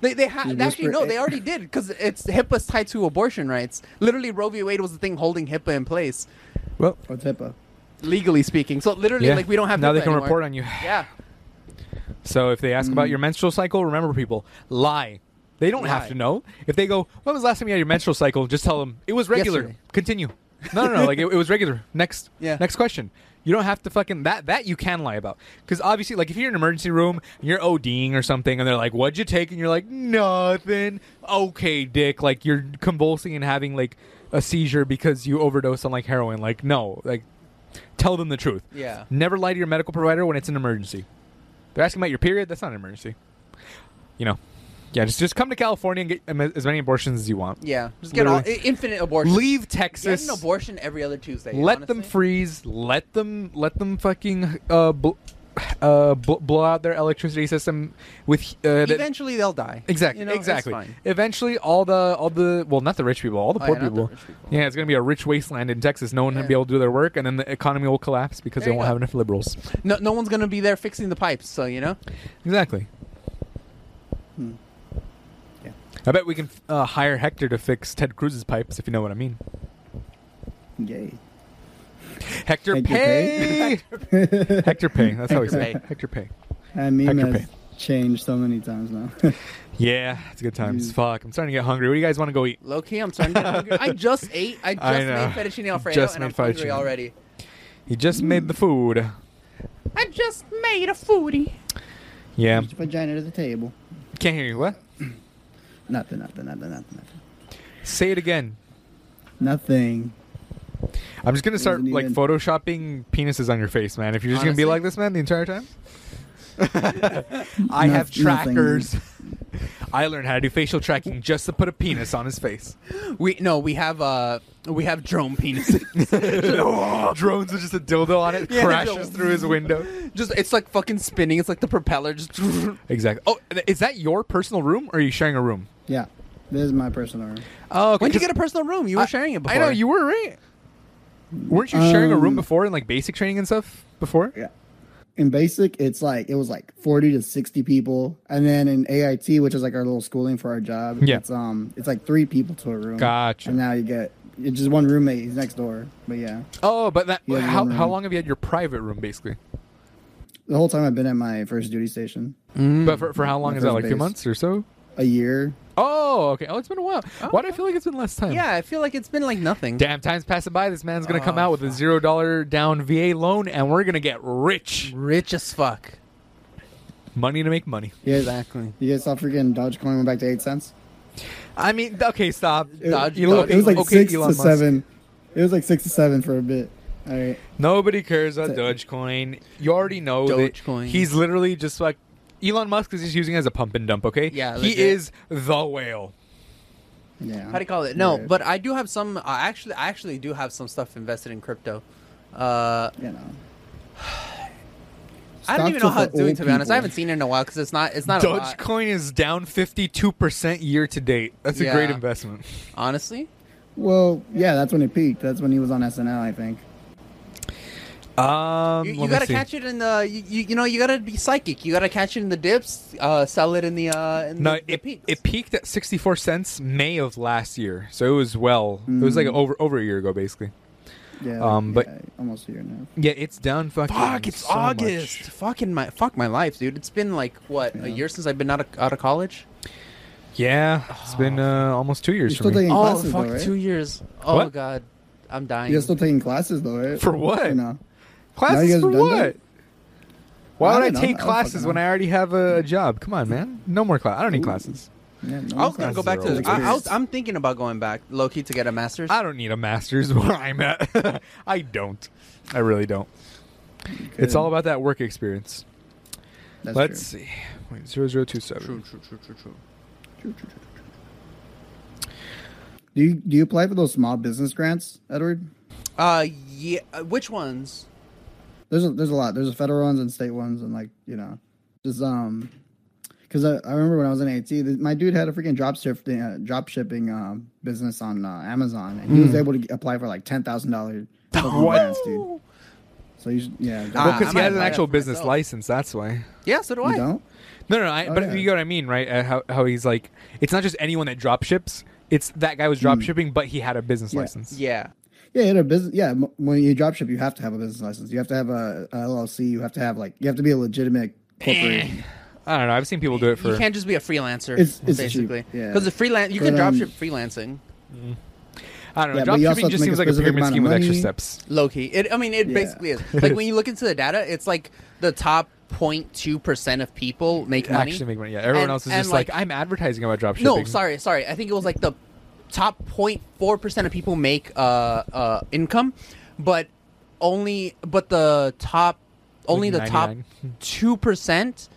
[SPEAKER 2] They they ha-
[SPEAKER 3] Dude,
[SPEAKER 2] actually
[SPEAKER 3] whisper-
[SPEAKER 2] no, they already did because it's HIPAA's tied to abortion rights. Literally, Roe v. Wade was the thing holding HIPAA in place,
[SPEAKER 1] Well,
[SPEAKER 3] What's HIPAA?
[SPEAKER 2] legally speaking. So literally,
[SPEAKER 1] yeah.
[SPEAKER 2] like we don't have
[SPEAKER 1] now they
[SPEAKER 2] HIPAA
[SPEAKER 1] can
[SPEAKER 2] anymore.
[SPEAKER 1] report on you.
[SPEAKER 2] Yeah,
[SPEAKER 1] So if they ask
[SPEAKER 2] Mm.
[SPEAKER 1] about your menstrual cycle, remember people lie. They don't
[SPEAKER 2] Lie.
[SPEAKER 1] have to know. If they go, when was the last time you had your menstrual cycle? Just tell them it was regular.
[SPEAKER 2] Yesterday.
[SPEAKER 1] Continue. No, no, no. like it, it was regular. Next,
[SPEAKER 2] Yeah.
[SPEAKER 1] Next question. You don't have to fucking that. That you can lie about because obviously, like if you're in an emergency room, and you're ODing or something, and they're like, "What'd you take?" and you're like, "Nothing." Okay, dick. Like you're convulsing and having like a seizure because you overdose on like heroin. Like no, like tell them the truth.
[SPEAKER 2] yeah.
[SPEAKER 1] Never lie to your medical provider when it's an emergency. They're asking about your period. That's not an emergency. You know, yeah. Just just come to California and get um, as many abortions as you want.
[SPEAKER 2] Yeah, just get all, i- infinite abortion.
[SPEAKER 1] Leave
[SPEAKER 2] get
[SPEAKER 1] Texas.
[SPEAKER 2] an abortion every other Tuesday.
[SPEAKER 1] let them
[SPEAKER 2] honestly.
[SPEAKER 1] freeze. Let them let them fucking uh, bl- uh, bl- blow out their electricity system with uh, that-
[SPEAKER 2] Eventually, they'll die.
[SPEAKER 1] Exactly.
[SPEAKER 2] You know, it's
[SPEAKER 1] exactly.
[SPEAKER 2] fine.
[SPEAKER 1] Eventually, all the all the well, not the rich people, all the
[SPEAKER 2] Oh,
[SPEAKER 1] poor
[SPEAKER 2] yeah, not the
[SPEAKER 1] people.
[SPEAKER 2] rich people.
[SPEAKER 1] Yeah, it's gonna be a rich wasteland in Texas. No one will
[SPEAKER 2] Yeah.
[SPEAKER 1] be able to do their work, and then the economy will collapse because
[SPEAKER 2] There
[SPEAKER 1] they
[SPEAKER 2] you
[SPEAKER 1] won't
[SPEAKER 2] go.
[SPEAKER 1] have enough liberals.
[SPEAKER 2] No, no one's gonna be there fixing the pipes. So you know,
[SPEAKER 1] Exactly.
[SPEAKER 3] Hmm.
[SPEAKER 1] I bet we can uh, hire Hector to fix Ted Cruz's pipes, if you know what I mean.
[SPEAKER 3] Yay.
[SPEAKER 1] Hector
[SPEAKER 3] Hector
[SPEAKER 1] Pay.
[SPEAKER 3] Pay?
[SPEAKER 1] Hector Pay. That's how we
[SPEAKER 2] Hector
[SPEAKER 1] say it.
[SPEAKER 2] Pay.
[SPEAKER 1] Hector Pay.
[SPEAKER 3] That meme
[SPEAKER 1] Hector
[SPEAKER 3] has changed so many times now.
[SPEAKER 1] Yeah, it's good times.
[SPEAKER 3] Mm.
[SPEAKER 1] Fuck, I'm starting to get hungry. What do you guys want to go eat?
[SPEAKER 2] Low key, I'm starting to get hungry. I just ate. I just
[SPEAKER 1] I know.
[SPEAKER 2] made fettuccine alfredo,
[SPEAKER 1] Just
[SPEAKER 2] and
[SPEAKER 1] made
[SPEAKER 2] I'm hungry
[SPEAKER 1] fettuccine.
[SPEAKER 2] already.
[SPEAKER 1] You just
[SPEAKER 3] Hmm.
[SPEAKER 1] made the food.
[SPEAKER 2] I just made a foodie.
[SPEAKER 1] Yeah,
[SPEAKER 3] Just vagina to the table.
[SPEAKER 1] can't hear you. What?
[SPEAKER 3] Nothing, nothing, nothing, nothing, nothing.
[SPEAKER 1] Say it again.
[SPEAKER 3] Nothing.
[SPEAKER 1] I'm just gonna start
[SPEAKER 3] Wasn't
[SPEAKER 1] like
[SPEAKER 3] even-
[SPEAKER 1] photoshopping penises on your face, man. If you're just gonna be
[SPEAKER 2] Honestly.
[SPEAKER 1] like this, man, the entire time. I
[SPEAKER 3] Noth-
[SPEAKER 1] have
[SPEAKER 3] nothing.
[SPEAKER 1] trackers. I learned how to do facial tracking just to put a penis on his face.
[SPEAKER 2] We no, we have uh, we have drone penises.
[SPEAKER 1] Drones with just a dildo on it
[SPEAKER 2] Yeah,
[SPEAKER 1] crashes
[SPEAKER 2] dildo.
[SPEAKER 1] through his window.
[SPEAKER 2] just it's like fucking spinning. It's like the propeller. Just
[SPEAKER 1] Exactly. Oh, th- is that your personal room, or are you sharing a room?
[SPEAKER 3] Yeah. This is my personal room.
[SPEAKER 1] Oh,
[SPEAKER 2] when did you get a personal room? You were sharing it before.
[SPEAKER 1] I know you were right. Weren't you sharing a room
[SPEAKER 3] Um,
[SPEAKER 1] before in like basic training and stuff before?
[SPEAKER 3] Yeah. In basic, it's like it was like forty to sixty people, and then in AIT, which is like our little schooling for our job,
[SPEAKER 1] Yeah.
[SPEAKER 3] it's um, it's like three people to a room.
[SPEAKER 1] Gotcha.
[SPEAKER 3] And now you get it's just one roommate. He's next door, but yeah,
[SPEAKER 1] Oh, but that
[SPEAKER 3] Yeah,
[SPEAKER 1] how
[SPEAKER 3] one
[SPEAKER 1] how
[SPEAKER 3] room.
[SPEAKER 1] long have you had your private room basically?
[SPEAKER 3] the whole time I've been at my first duty station,
[SPEAKER 2] Mm.
[SPEAKER 1] But for, for how long
[SPEAKER 3] My
[SPEAKER 1] is Hmm. that?
[SPEAKER 3] first
[SPEAKER 1] Like two
[SPEAKER 3] base.
[SPEAKER 1] months or so?
[SPEAKER 3] a year.
[SPEAKER 1] Oh, okay. Oh, it's been a while. Why do I feel like it's been less time?
[SPEAKER 2] Yeah, I feel like it's been like nothing.
[SPEAKER 1] Damn, time's passing by. This man's gonna come
[SPEAKER 2] Oh,
[SPEAKER 1] out with a zero dollar down VA loan, and we're gonna get rich.
[SPEAKER 2] Rich as fuck.
[SPEAKER 1] Money to make money.
[SPEAKER 3] You guys,
[SPEAKER 2] Exactly.
[SPEAKER 3] you guys saw freaking Dogecoin went back to eight cents.
[SPEAKER 1] I mean, okay, stop.
[SPEAKER 3] It,
[SPEAKER 2] Dodge-
[SPEAKER 1] You look-
[SPEAKER 3] it was like
[SPEAKER 1] okay,
[SPEAKER 3] six
[SPEAKER 1] Elon
[SPEAKER 3] to
[SPEAKER 1] Musk.
[SPEAKER 3] seven. It was like six to seven for a bit. All right.
[SPEAKER 1] Nobody cares about Dogecoin. You already know that
[SPEAKER 2] Dogecoin.
[SPEAKER 1] he's literally just like Elon Musk is just using it as a pump and dump. Okay,
[SPEAKER 2] Yeah,
[SPEAKER 1] he
[SPEAKER 2] legit.
[SPEAKER 1] is the whale.
[SPEAKER 3] Yeah.
[SPEAKER 2] How do you call it? No,
[SPEAKER 3] Right.
[SPEAKER 2] but I do have some. I actually, I actually do have some stuff invested in crypto. Uh,
[SPEAKER 3] you know.
[SPEAKER 2] I don't
[SPEAKER 3] Stocks
[SPEAKER 2] even know
[SPEAKER 3] are
[SPEAKER 2] how
[SPEAKER 3] for
[SPEAKER 2] it's doing.
[SPEAKER 3] old
[SPEAKER 2] To be honest, I
[SPEAKER 3] people.
[SPEAKER 2] haven't seen it in a while because it's not. It's not a lot.
[SPEAKER 1] Dogecoin is down fifty two percent year to date. That's a great
[SPEAKER 2] Yeah.
[SPEAKER 1] investment.
[SPEAKER 2] Honestly,
[SPEAKER 3] Well, yeah, that's when it peaked. That's when he was on SNL, I think.
[SPEAKER 1] Um,
[SPEAKER 2] you,
[SPEAKER 1] let
[SPEAKER 2] you
[SPEAKER 1] me
[SPEAKER 2] gotta
[SPEAKER 1] see.
[SPEAKER 2] catch it in the. You, you, you know, you gotta be psychic. You gotta catch it in the dips. Uh, sell it in the. Uh, in
[SPEAKER 1] No,
[SPEAKER 2] the, the
[SPEAKER 1] it,
[SPEAKER 2] peaks.
[SPEAKER 1] it peaked at 64 cents May of last year. So it was well, it was like
[SPEAKER 3] Mm.
[SPEAKER 1] over over a year ago basically.
[SPEAKER 3] Yeah.
[SPEAKER 1] Um, but-
[SPEAKER 3] yeah, almost a year now.
[SPEAKER 1] Yeah, it's down fucking
[SPEAKER 2] Fuck! It's
[SPEAKER 1] so much.
[SPEAKER 2] August. Fucking my fuck my life, dude. It's been like what a year since I've been out of, out of college.
[SPEAKER 1] Yeah, it's been uh, almost 2 years
[SPEAKER 3] You're
[SPEAKER 1] for
[SPEAKER 3] still
[SPEAKER 1] me.
[SPEAKER 3] taking
[SPEAKER 2] Oh
[SPEAKER 3] classes
[SPEAKER 2] fuck!
[SPEAKER 3] though, right?
[SPEAKER 2] Two years. Oh
[SPEAKER 1] What?
[SPEAKER 2] god, I'm dying.
[SPEAKER 3] You're still taking classes though, right?
[SPEAKER 1] For what?
[SPEAKER 3] Or no? Now you
[SPEAKER 1] Classes
[SPEAKER 3] guys
[SPEAKER 1] for
[SPEAKER 3] are done
[SPEAKER 1] what?
[SPEAKER 3] then?
[SPEAKER 1] Why
[SPEAKER 3] I
[SPEAKER 1] would I,
[SPEAKER 3] don't know.
[SPEAKER 1] take
[SPEAKER 3] I don't
[SPEAKER 1] classes
[SPEAKER 3] fucking
[SPEAKER 1] when
[SPEAKER 3] know. Mm.
[SPEAKER 1] I already have a, a job? Come on, man. No more class. I don't need
[SPEAKER 3] Ooh.
[SPEAKER 1] classes.
[SPEAKER 3] Yeah, no
[SPEAKER 2] I was gonna
[SPEAKER 1] Classes
[SPEAKER 2] go back
[SPEAKER 1] are
[SPEAKER 2] to.
[SPEAKER 1] always
[SPEAKER 2] I, I was,
[SPEAKER 3] good.
[SPEAKER 2] I'm thinking about going back, low key, to get a master's.
[SPEAKER 1] I don't need a master's where I'm at. I don't. I really don't. It's all about that work experience.
[SPEAKER 3] That's
[SPEAKER 1] Let's
[SPEAKER 3] true.
[SPEAKER 1] see. Wait, 0027.
[SPEAKER 2] True, true, true, true, true.
[SPEAKER 3] True, true, true, true. Do you do you apply for those small business grants, Edward?
[SPEAKER 2] Uh, yeah. uh, Which ones?
[SPEAKER 3] There's a, there's a lot. There's federal ones and state ones and like you know, just um, because I, I remember when I was in AT, th- my dude had a freaking drop shifting uh, drop shipping uh, business on uh, Amazon, and he
[SPEAKER 1] Hmm.
[SPEAKER 3] was able to g- apply for like ten thousand dollars. Grants, dude.
[SPEAKER 2] Ooh.
[SPEAKER 3] So you should, yeah.
[SPEAKER 2] Ah,
[SPEAKER 1] Because
[SPEAKER 2] I
[SPEAKER 1] he
[SPEAKER 2] might
[SPEAKER 1] has an
[SPEAKER 2] apply
[SPEAKER 1] actual
[SPEAKER 2] that for
[SPEAKER 1] business
[SPEAKER 2] myself.
[SPEAKER 1] license, that's why.
[SPEAKER 2] Yeah. So do I.
[SPEAKER 3] you don't.
[SPEAKER 1] No, no, I,
[SPEAKER 3] Oh,
[SPEAKER 1] but
[SPEAKER 3] yeah.
[SPEAKER 1] you get what I mean, right? Uh, how, how he's like, it's not just anyone that drop ships. It's that guy was drop shipping, but he had a business
[SPEAKER 3] Hmm. Yeah.
[SPEAKER 1] license.
[SPEAKER 2] Yeah.
[SPEAKER 3] Yeah, in a business. Yeah, m- when you drop ship, you have to have a business license. You have to have a, a LLC. You have to have like you have to be a legitimate corporation.
[SPEAKER 1] I don't know. I've seen people do it for.
[SPEAKER 2] you can't just be a freelancer.
[SPEAKER 3] It's- it's
[SPEAKER 2] basically
[SPEAKER 3] cheap, yeah.
[SPEAKER 2] because the freelance you
[SPEAKER 3] But,
[SPEAKER 2] can drop
[SPEAKER 3] um,
[SPEAKER 2] ship freelancing.
[SPEAKER 1] I don't know.
[SPEAKER 3] Yeah,
[SPEAKER 1] drop
[SPEAKER 3] but you also
[SPEAKER 1] shipping
[SPEAKER 3] have to
[SPEAKER 1] just
[SPEAKER 3] make
[SPEAKER 1] seems
[SPEAKER 3] a
[SPEAKER 1] like a
[SPEAKER 3] specific
[SPEAKER 1] pyramid
[SPEAKER 3] amount of
[SPEAKER 1] scheme with extra
[SPEAKER 3] money.
[SPEAKER 1] steps.
[SPEAKER 2] Low key. It. I mean, it
[SPEAKER 3] Yeah.
[SPEAKER 2] basically is. Like when you look into the data, it's like the top 0.2 percent of people make money.
[SPEAKER 1] Actually, make money. Yeah, everyone
[SPEAKER 2] And-
[SPEAKER 1] else is
[SPEAKER 2] and,
[SPEAKER 1] just like,
[SPEAKER 2] like-
[SPEAKER 1] I'm advertising about drop shipping.
[SPEAKER 2] no, sorry, sorry. I think it was like the top 0.4 percent of people make uh, uh, income, but only but the top only the top
[SPEAKER 1] 99.
[SPEAKER 2] two percent.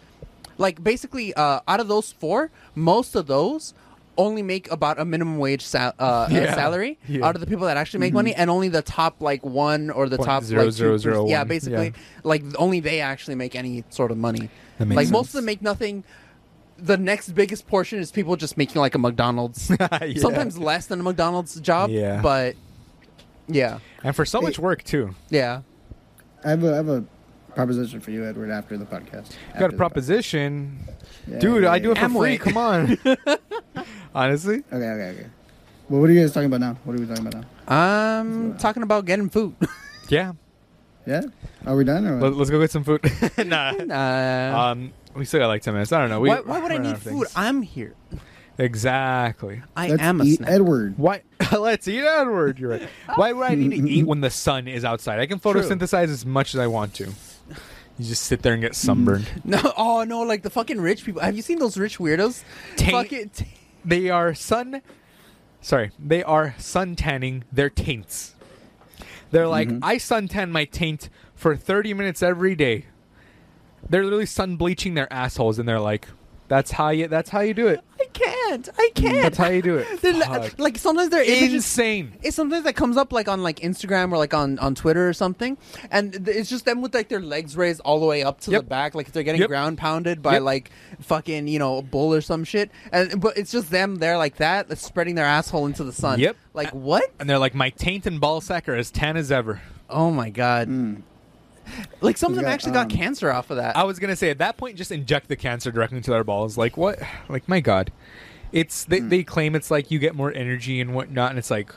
[SPEAKER 2] Like basically, uh, out of those four, most of those only make about a minimum wage sal- uh, uh,
[SPEAKER 1] Yeah.
[SPEAKER 2] salary
[SPEAKER 1] Yeah. Mm-hmm.
[SPEAKER 2] out of the people that actually make money, and only the top like one or the
[SPEAKER 1] Point
[SPEAKER 2] top
[SPEAKER 1] zero
[SPEAKER 2] like,
[SPEAKER 1] zero
[SPEAKER 2] 2%.
[SPEAKER 1] zero
[SPEAKER 2] yeah,
[SPEAKER 1] one.
[SPEAKER 2] basically,
[SPEAKER 1] Yeah.
[SPEAKER 2] like only they actually make any sort of money.
[SPEAKER 1] That makes
[SPEAKER 2] like most of
[SPEAKER 1] sense.
[SPEAKER 2] them make nothing the next biggest portion is people just making like a McDonald's.
[SPEAKER 1] Yeah.
[SPEAKER 2] Sometimes less than a McDonald's job.
[SPEAKER 1] Yeah.
[SPEAKER 2] But yeah.
[SPEAKER 1] And for so much work, too.
[SPEAKER 2] Yeah.
[SPEAKER 3] I have a I have a proposition for you, Edward, after the podcast.
[SPEAKER 1] got
[SPEAKER 3] After
[SPEAKER 1] a
[SPEAKER 3] the
[SPEAKER 1] proposition.
[SPEAKER 3] Yeah,
[SPEAKER 1] Dude,
[SPEAKER 3] yeah,
[SPEAKER 1] I do it for
[SPEAKER 2] yeah.
[SPEAKER 1] free.
[SPEAKER 2] Amway.
[SPEAKER 1] Come on. Honestly,
[SPEAKER 3] Okay, okay, okay. Well, what are you guys talking about now? What are we talking about now?
[SPEAKER 2] I'm talking about getting food.
[SPEAKER 1] yeah.
[SPEAKER 3] Yeah, are we done or what?
[SPEAKER 1] Let, us go get some food. nah.
[SPEAKER 2] uh,
[SPEAKER 1] Um, we still got like ten minutes. I don't know. We,
[SPEAKER 2] why, why would I
[SPEAKER 1] ran out
[SPEAKER 2] need
[SPEAKER 1] of
[SPEAKER 2] food?
[SPEAKER 1] things.
[SPEAKER 2] I'm here.
[SPEAKER 1] exactly.
[SPEAKER 2] I
[SPEAKER 3] Let's
[SPEAKER 2] am a
[SPEAKER 3] eat
[SPEAKER 2] snack.
[SPEAKER 3] Edward.
[SPEAKER 1] Why? Let's eat Edward. You're right. Why would I need to eat when the sun is outside? I can photosynthesize as much as I want to. You just sit there and get sunburned.
[SPEAKER 2] No, oh no, like the fucking rich people. Have you seen those rich weirdos?
[SPEAKER 1] Taint.
[SPEAKER 2] Fucking t-
[SPEAKER 1] They are sun. Sorry, they are sun tanning their taints. They're like, I suntan my taint for 30 minutes every day. They're literally sun bleaching their assholes, and they're like, "That's how you. That's how you do it.
[SPEAKER 2] I can't. I can't.
[SPEAKER 1] That's how you do it."
[SPEAKER 2] They're li-
[SPEAKER 1] Fuck.
[SPEAKER 2] like sometimes they're images.
[SPEAKER 1] Insane.
[SPEAKER 2] It's sometimes that comes up like on like Instagram or like on on Twitter or something, and th- it's just them with like their legs raised all the way up to
[SPEAKER 1] Yep.
[SPEAKER 2] the back, like if they're getting
[SPEAKER 1] Yep.
[SPEAKER 2] ground pounded by
[SPEAKER 1] Yep.
[SPEAKER 2] like fucking you know a bull or some shit. And but it's just them there like that, that's spreading their asshole into the sun.
[SPEAKER 1] Yep.
[SPEAKER 2] Like what?
[SPEAKER 1] And they're like, my taint and ball sack are as tan as ever.
[SPEAKER 2] Oh my god. Like some of
[SPEAKER 3] We
[SPEAKER 2] them
[SPEAKER 3] got,
[SPEAKER 2] actually
[SPEAKER 3] um,
[SPEAKER 2] got cancer off of that.
[SPEAKER 1] I was gonna say at that point, just inject the cancer directly into their balls. Like what? Like my god, it's
[SPEAKER 3] Hmm.
[SPEAKER 1] they, they claim it's like you get more energy and whatnot, and it's like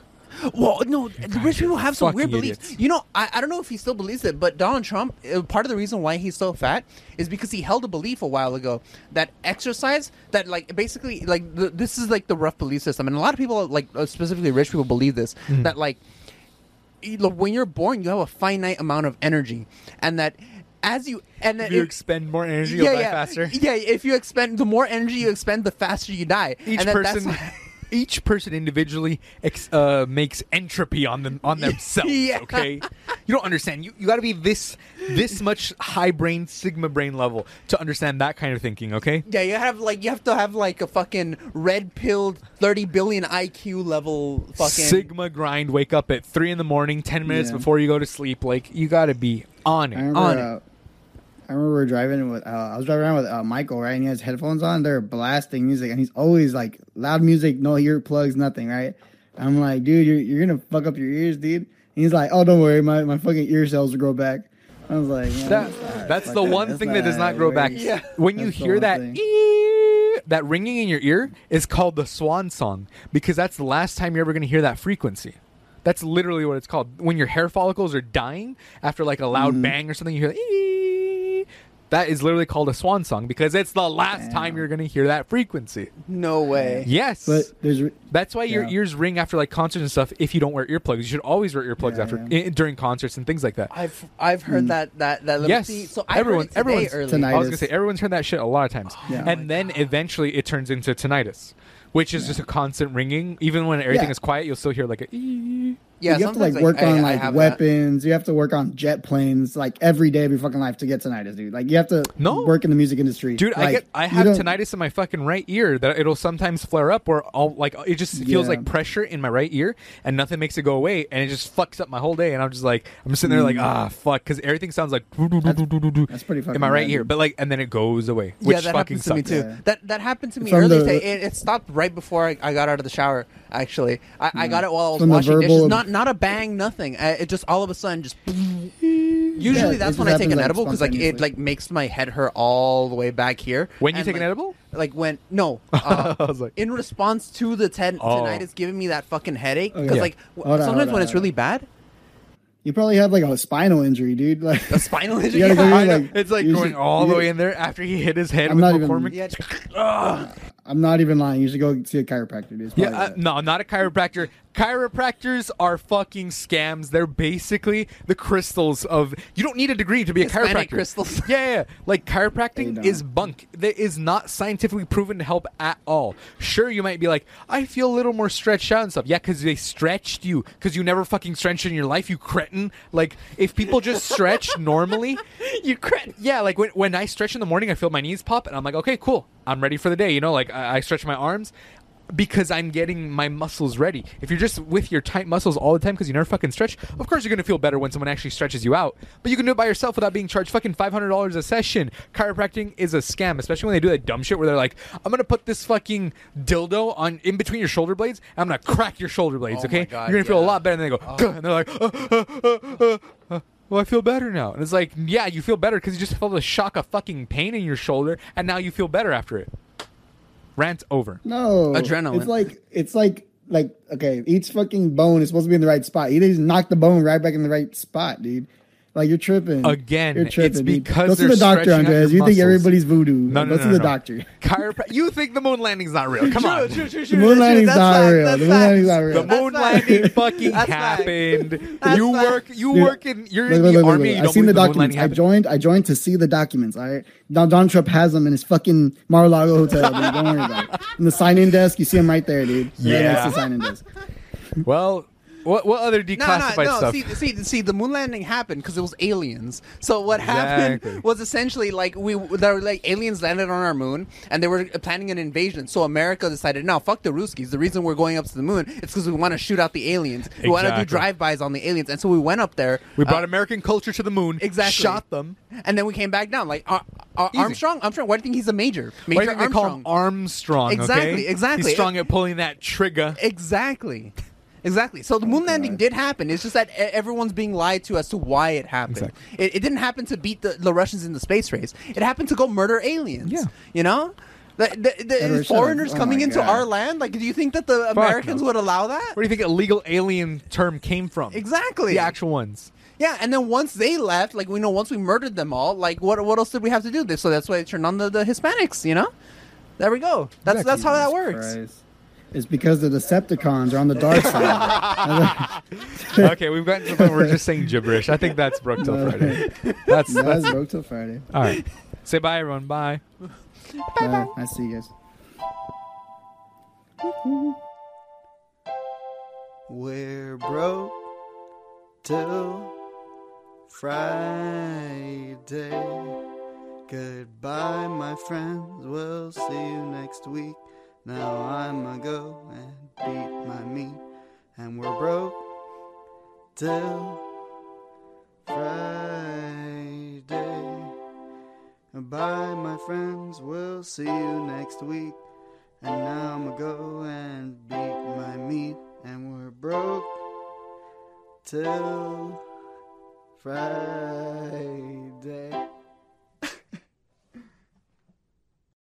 [SPEAKER 2] Well, no, the rich people have some weird
[SPEAKER 1] fucking
[SPEAKER 2] beliefs.
[SPEAKER 1] idiots.
[SPEAKER 2] You know, I, I don't know if he still believes it, but Donald Trump, uh, part of the reason why he's so fat is because he held a belief a while ago that exercise, that like basically, like the, this is like the rough belief system, and a lot of people, like uh, specifically rich people, believe this
[SPEAKER 1] Mm-hmm.
[SPEAKER 2] that like you know, when you're born, you have a finite amount of energy, and that as you and that
[SPEAKER 1] if you
[SPEAKER 2] it-
[SPEAKER 1] expend more energy, you'll die
[SPEAKER 2] yeah.
[SPEAKER 1] faster.
[SPEAKER 2] Yeah, if you expend the more energy you expend, the faster you die.
[SPEAKER 1] Each
[SPEAKER 2] and that that's
[SPEAKER 1] person,
[SPEAKER 2] why-
[SPEAKER 1] each person individually ex, uh, makes entropy on them on themselves.
[SPEAKER 2] Yeah.
[SPEAKER 1] Okay, you don't understand. You you got to be this this much high brain sigma brain level to understand that kind of thinking. Okay.
[SPEAKER 2] Yeah, you have like you have to have like a fucking red pilled thirty billion IQ level fucking.
[SPEAKER 1] Sigma grind. Wake up at three in the morning, ten minutes
[SPEAKER 3] Yeah.
[SPEAKER 1] before you go to sleep. Like you got to be on
[SPEAKER 3] I
[SPEAKER 1] it.
[SPEAKER 3] remember,
[SPEAKER 2] on it.
[SPEAKER 3] uh, I remember we were driving with uh, I was driving around with uh, Michael, right? And he has headphones on. They're blasting music, and he's always like loud music, no earplugs, nothing, right? I'm like, dude, you're, you're gonna fuck up your ears, dude. And he's like, oh, don't worry, my, my fucking ear cells will grow back. I was like, yeah,
[SPEAKER 1] That,
[SPEAKER 3] alright,
[SPEAKER 1] that's
[SPEAKER 3] fuck
[SPEAKER 1] the one
[SPEAKER 3] That's
[SPEAKER 1] thing that does not
[SPEAKER 3] a
[SPEAKER 1] grow back.
[SPEAKER 3] waste.
[SPEAKER 2] Yeah.
[SPEAKER 1] When you
[SPEAKER 3] That's the
[SPEAKER 1] hear
[SPEAKER 3] one
[SPEAKER 1] that
[SPEAKER 3] thing.
[SPEAKER 1] "ee," that ringing in your ear is called the swan song because that's the last time you're ever going to hear that frequency. That's literally what it's called. When your hair follicles are dying after like a
[SPEAKER 3] Mm-hmm.
[SPEAKER 1] loud bang or something, you hear the "ee." that is literally called a swan song because it's the last time
[SPEAKER 3] Damn.
[SPEAKER 1] you're going to hear that frequency.
[SPEAKER 2] No way.
[SPEAKER 1] Yes.
[SPEAKER 3] But there's re-
[SPEAKER 1] That's why your
[SPEAKER 3] Yeah.
[SPEAKER 1] ears ring after like concerts and stuff. If you don't wear earplugs, you should always wear earplugs
[SPEAKER 3] Yeah,
[SPEAKER 1] after
[SPEAKER 3] yeah.
[SPEAKER 1] i- during concerts and things like that.
[SPEAKER 2] I've I've
[SPEAKER 3] Mm.
[SPEAKER 2] heard that that that.
[SPEAKER 1] Yes.
[SPEAKER 2] See, so I
[SPEAKER 1] Everyone-
[SPEAKER 2] heard it today Oh
[SPEAKER 1] everyone's
[SPEAKER 2] early.
[SPEAKER 3] tonight.
[SPEAKER 1] I was gonna
[SPEAKER 3] Tinnitus.
[SPEAKER 1] say everyone's heard that shit a lot of times,
[SPEAKER 3] Yeah. my
[SPEAKER 1] and then eventually it turns into tinnitus, which is just a constant ringing. Even when everything
[SPEAKER 3] Yeah.
[SPEAKER 1] is quiet, you'll still hear like a. "ee."
[SPEAKER 2] Yeah,
[SPEAKER 3] you have to
[SPEAKER 2] sometimes
[SPEAKER 3] like work
[SPEAKER 2] I- I
[SPEAKER 3] on like
[SPEAKER 2] have that.
[SPEAKER 3] weapons. You have to work on jet planes like every day of your fucking life to get tinnitus, dude. Like you have to
[SPEAKER 1] No.
[SPEAKER 3] work in the music industry,
[SPEAKER 1] Dude, I
[SPEAKER 3] Like,
[SPEAKER 1] get I
[SPEAKER 3] you
[SPEAKER 1] have
[SPEAKER 3] don't-
[SPEAKER 1] tinnitus in my fucking right ear that it'll sometimes flare up where I'll like it just feels
[SPEAKER 3] Yeah.
[SPEAKER 1] like pressure in my right ear and nothing makes it go away and it just fucks up my whole day and I'm just like I'm just sitting there like ah fuck because everything sounds like that's
[SPEAKER 3] Mm. that's pretty
[SPEAKER 1] in
[SPEAKER 3] fucking
[SPEAKER 1] my right
[SPEAKER 3] bad,
[SPEAKER 1] ear
[SPEAKER 3] dude.
[SPEAKER 1] but like and then it goes away which
[SPEAKER 2] Yeah, that
[SPEAKER 1] fucking
[SPEAKER 2] happened to me
[SPEAKER 1] sucks.
[SPEAKER 2] too.
[SPEAKER 3] Yeah.
[SPEAKER 2] That that happened to me
[SPEAKER 3] From
[SPEAKER 2] early
[SPEAKER 3] the-
[SPEAKER 2] today. It, it stopped right before I, I got out of the shower. Actually, I, I got it while I was
[SPEAKER 3] From Mm. the
[SPEAKER 2] washing
[SPEAKER 3] verbal
[SPEAKER 2] dishes.
[SPEAKER 3] ab-
[SPEAKER 2] Not not a bang, nothing. I, it just all of a sudden just. Usually
[SPEAKER 3] it
[SPEAKER 2] that's
[SPEAKER 3] just
[SPEAKER 2] when I take
[SPEAKER 3] happens,
[SPEAKER 2] an
[SPEAKER 3] like,
[SPEAKER 2] edible because like it
[SPEAKER 3] spontaneously.
[SPEAKER 2] like makes my head hurt all the way back here.
[SPEAKER 1] When you
[SPEAKER 2] And,
[SPEAKER 1] take an
[SPEAKER 2] like-
[SPEAKER 1] edible?
[SPEAKER 2] Like when no, uh,
[SPEAKER 1] I was like-
[SPEAKER 2] in response to the ten
[SPEAKER 1] Oh.
[SPEAKER 2] tonight, it's giving me that fucking headache because
[SPEAKER 3] Okay.
[SPEAKER 2] like
[SPEAKER 3] Yeah.
[SPEAKER 2] w-
[SPEAKER 3] Hold on,
[SPEAKER 2] sometimes
[SPEAKER 3] hold on,
[SPEAKER 2] when it's
[SPEAKER 3] hold on.
[SPEAKER 2] really bad,
[SPEAKER 3] You probably have like a spinal injury, dude. Like
[SPEAKER 2] a spinal injury.
[SPEAKER 3] gotta go
[SPEAKER 2] Yeah.
[SPEAKER 3] in,
[SPEAKER 1] I know.
[SPEAKER 3] like,
[SPEAKER 1] it's like
[SPEAKER 3] you
[SPEAKER 1] going
[SPEAKER 3] should-
[SPEAKER 1] all the
[SPEAKER 3] you-
[SPEAKER 1] way in there after he hit his head
[SPEAKER 3] I'm
[SPEAKER 1] with
[SPEAKER 3] not even-
[SPEAKER 1] McCormick.
[SPEAKER 2] Yeah,
[SPEAKER 3] I'm not even lying. You should go see a chiropractor, dude. It's
[SPEAKER 1] Yeah,
[SPEAKER 3] probably
[SPEAKER 1] uh,
[SPEAKER 3] that.
[SPEAKER 1] no, not a chiropractor. Chiropractors are fucking scams. They're basically the crystals of. You don't need a degree to be a chiropractor.
[SPEAKER 2] Hispanic crystals.
[SPEAKER 1] Yeah, yeah, yeah. Like
[SPEAKER 3] They
[SPEAKER 1] chiropractic
[SPEAKER 3] don't.
[SPEAKER 1] is bunk. That is not scientifically proven to help at all. Sure, you might be like, I feel a little more stretched out and stuff. Yeah, because they stretched you. Because you never fucking stretched in your life, you cretin. Like if people just stretch normally,
[SPEAKER 2] you crit.
[SPEAKER 1] yeah, like when, when I stretch in the morning, I feel my knees pop, and I'm like, okay, cool, I'm ready for the day. You know, like I, I stretch my arms because I'm getting my muscles ready. If you're just with your tight muscles all the time because you never fucking stretch, of course you're gonna feel better when someone actually stretches you out. But you can do it by yourself without being charged fucking five hundred dollars a session. Chiropractic is a scam, especially when they do that dumb shit where they're like, I'm gonna put this fucking dildo on in between your shoulder blades, and I'm gonna crack your shoulder blades.
[SPEAKER 2] Oh
[SPEAKER 1] okay,
[SPEAKER 2] my God,
[SPEAKER 1] you're gonna feel a
[SPEAKER 2] yeah.
[SPEAKER 1] lot better. And they go, and they're like, "Uh, uh, uh, uh, uh, well, I feel better now. And it's like, yeah, you feel better because you just felt a shock of fucking pain in your shoulder, and now you feel better after it. Rant over.
[SPEAKER 3] No,
[SPEAKER 2] Adrenaline.
[SPEAKER 3] It's like it's like like okay, each fucking bone is supposed to be in the right spot. You just knock the bone right back in the right spot, dude. Like you're tripping
[SPEAKER 1] Again,
[SPEAKER 3] You're tripping,
[SPEAKER 1] it's
[SPEAKER 3] dude.
[SPEAKER 1] because
[SPEAKER 3] go to
[SPEAKER 1] they're
[SPEAKER 3] the doctor,
[SPEAKER 1] stretching out
[SPEAKER 3] Andres. You
[SPEAKER 1] your
[SPEAKER 3] think
[SPEAKER 1] muscles.
[SPEAKER 3] everybody's voodoo?
[SPEAKER 1] No, no, no,
[SPEAKER 3] go to
[SPEAKER 1] no,
[SPEAKER 3] the
[SPEAKER 1] no.
[SPEAKER 3] doctor.
[SPEAKER 1] Chiropra- you think the moon landing's not real? Come on.
[SPEAKER 3] The moon landing's not real. The moon landing's not
[SPEAKER 1] The
[SPEAKER 3] real.
[SPEAKER 1] moon
[SPEAKER 2] That's
[SPEAKER 1] landing fucking
[SPEAKER 2] That's fact.
[SPEAKER 1] happened.
[SPEAKER 2] That's
[SPEAKER 1] you
[SPEAKER 2] fact.
[SPEAKER 1] work. You
[SPEAKER 3] Dude,
[SPEAKER 1] work in. You're
[SPEAKER 3] Look,
[SPEAKER 1] in
[SPEAKER 3] look,
[SPEAKER 1] the
[SPEAKER 3] look, look,
[SPEAKER 1] army.
[SPEAKER 3] look.
[SPEAKER 1] You
[SPEAKER 3] I've
[SPEAKER 1] don't
[SPEAKER 3] seen the
[SPEAKER 1] believe moon
[SPEAKER 3] documents.
[SPEAKER 1] landing
[SPEAKER 3] I
[SPEAKER 1] happened.
[SPEAKER 3] joined. I joined to see the documents. All right, now Donald Trump has them in his fucking Mar-a-Lago hotel. Dude. Don't worry about it. In the sign-in desk, you see him right there, dude. Right
[SPEAKER 1] Yeah.
[SPEAKER 3] next to the sign-in desk.
[SPEAKER 1] Well, what what other
[SPEAKER 2] No, no,
[SPEAKER 1] declassified
[SPEAKER 2] no.
[SPEAKER 1] stuff?
[SPEAKER 2] See, see, see, the moon landing happened because it was aliens. So what happened
[SPEAKER 1] Exactly.
[SPEAKER 2] was essentially like we there were like aliens landed on our moon and they were planning an invasion. So America decided, no, fuck the Ruskies. The reason we're going up to the moon is because we want to shoot out the aliens. We want to do
[SPEAKER 1] Exactly.
[SPEAKER 2] drive bys on the aliens, and so we went up there.
[SPEAKER 1] we brought
[SPEAKER 2] uh,
[SPEAKER 1] American culture to the moon.
[SPEAKER 2] Exactly.
[SPEAKER 1] Shot them.
[SPEAKER 2] and then we came back down. Like Ar- Ar-
[SPEAKER 1] Easy.
[SPEAKER 2] Armstrong, Armstrong. Why do you think he's a major? Major
[SPEAKER 1] Why do you think they call him Armstrong? okay?
[SPEAKER 2] Exactly, exactly.
[SPEAKER 1] He's strong at pulling that trigger.
[SPEAKER 2] Exactly. Exactly. So the moon landing
[SPEAKER 3] God.
[SPEAKER 2] did happen. It's just that e- everyone's being lied to as to why it happened.
[SPEAKER 1] Exactly.
[SPEAKER 2] It, it didn't happen to beat the, the Russians in the space race. It happened to go murder aliens.
[SPEAKER 1] Yeah.
[SPEAKER 2] You know? The, the, the
[SPEAKER 3] Edward, shut
[SPEAKER 2] foreigners
[SPEAKER 3] up. Oh
[SPEAKER 2] coming
[SPEAKER 3] my
[SPEAKER 2] into
[SPEAKER 3] God.
[SPEAKER 2] our land. Like, do you think that the Americans
[SPEAKER 1] no.
[SPEAKER 2] would allow that?
[SPEAKER 1] Where do you think illegal alien term came from?
[SPEAKER 2] Exactly.
[SPEAKER 1] The actual ones.
[SPEAKER 2] Yeah. And then once they left, like we know, once we murdered them all, like what what else did we have to do? They- So that's why it turned on the, the Hispanics. You know. There we go. That's that's how that
[SPEAKER 3] Jesus
[SPEAKER 2] works.
[SPEAKER 3] Christ. It's because the Decepticons are on the dark side.
[SPEAKER 1] okay, we've gotten to the point where we're just saying gibberish. I think that's broke till
[SPEAKER 3] No.
[SPEAKER 1] Friday. That's,
[SPEAKER 3] You
[SPEAKER 1] that's
[SPEAKER 3] guys broke till Friday.
[SPEAKER 1] all right. Say bye, everyone. Bye.
[SPEAKER 3] Bye. I see you guys.
[SPEAKER 4] We're broke till Friday. Goodbye, my friends. We'll see you next week. Now I'ma go and beat my meat. And we're broke till Friday. Bye, my friends. We'll see you next week. And now I'ma go and beat my meat, and we're broke till Friday.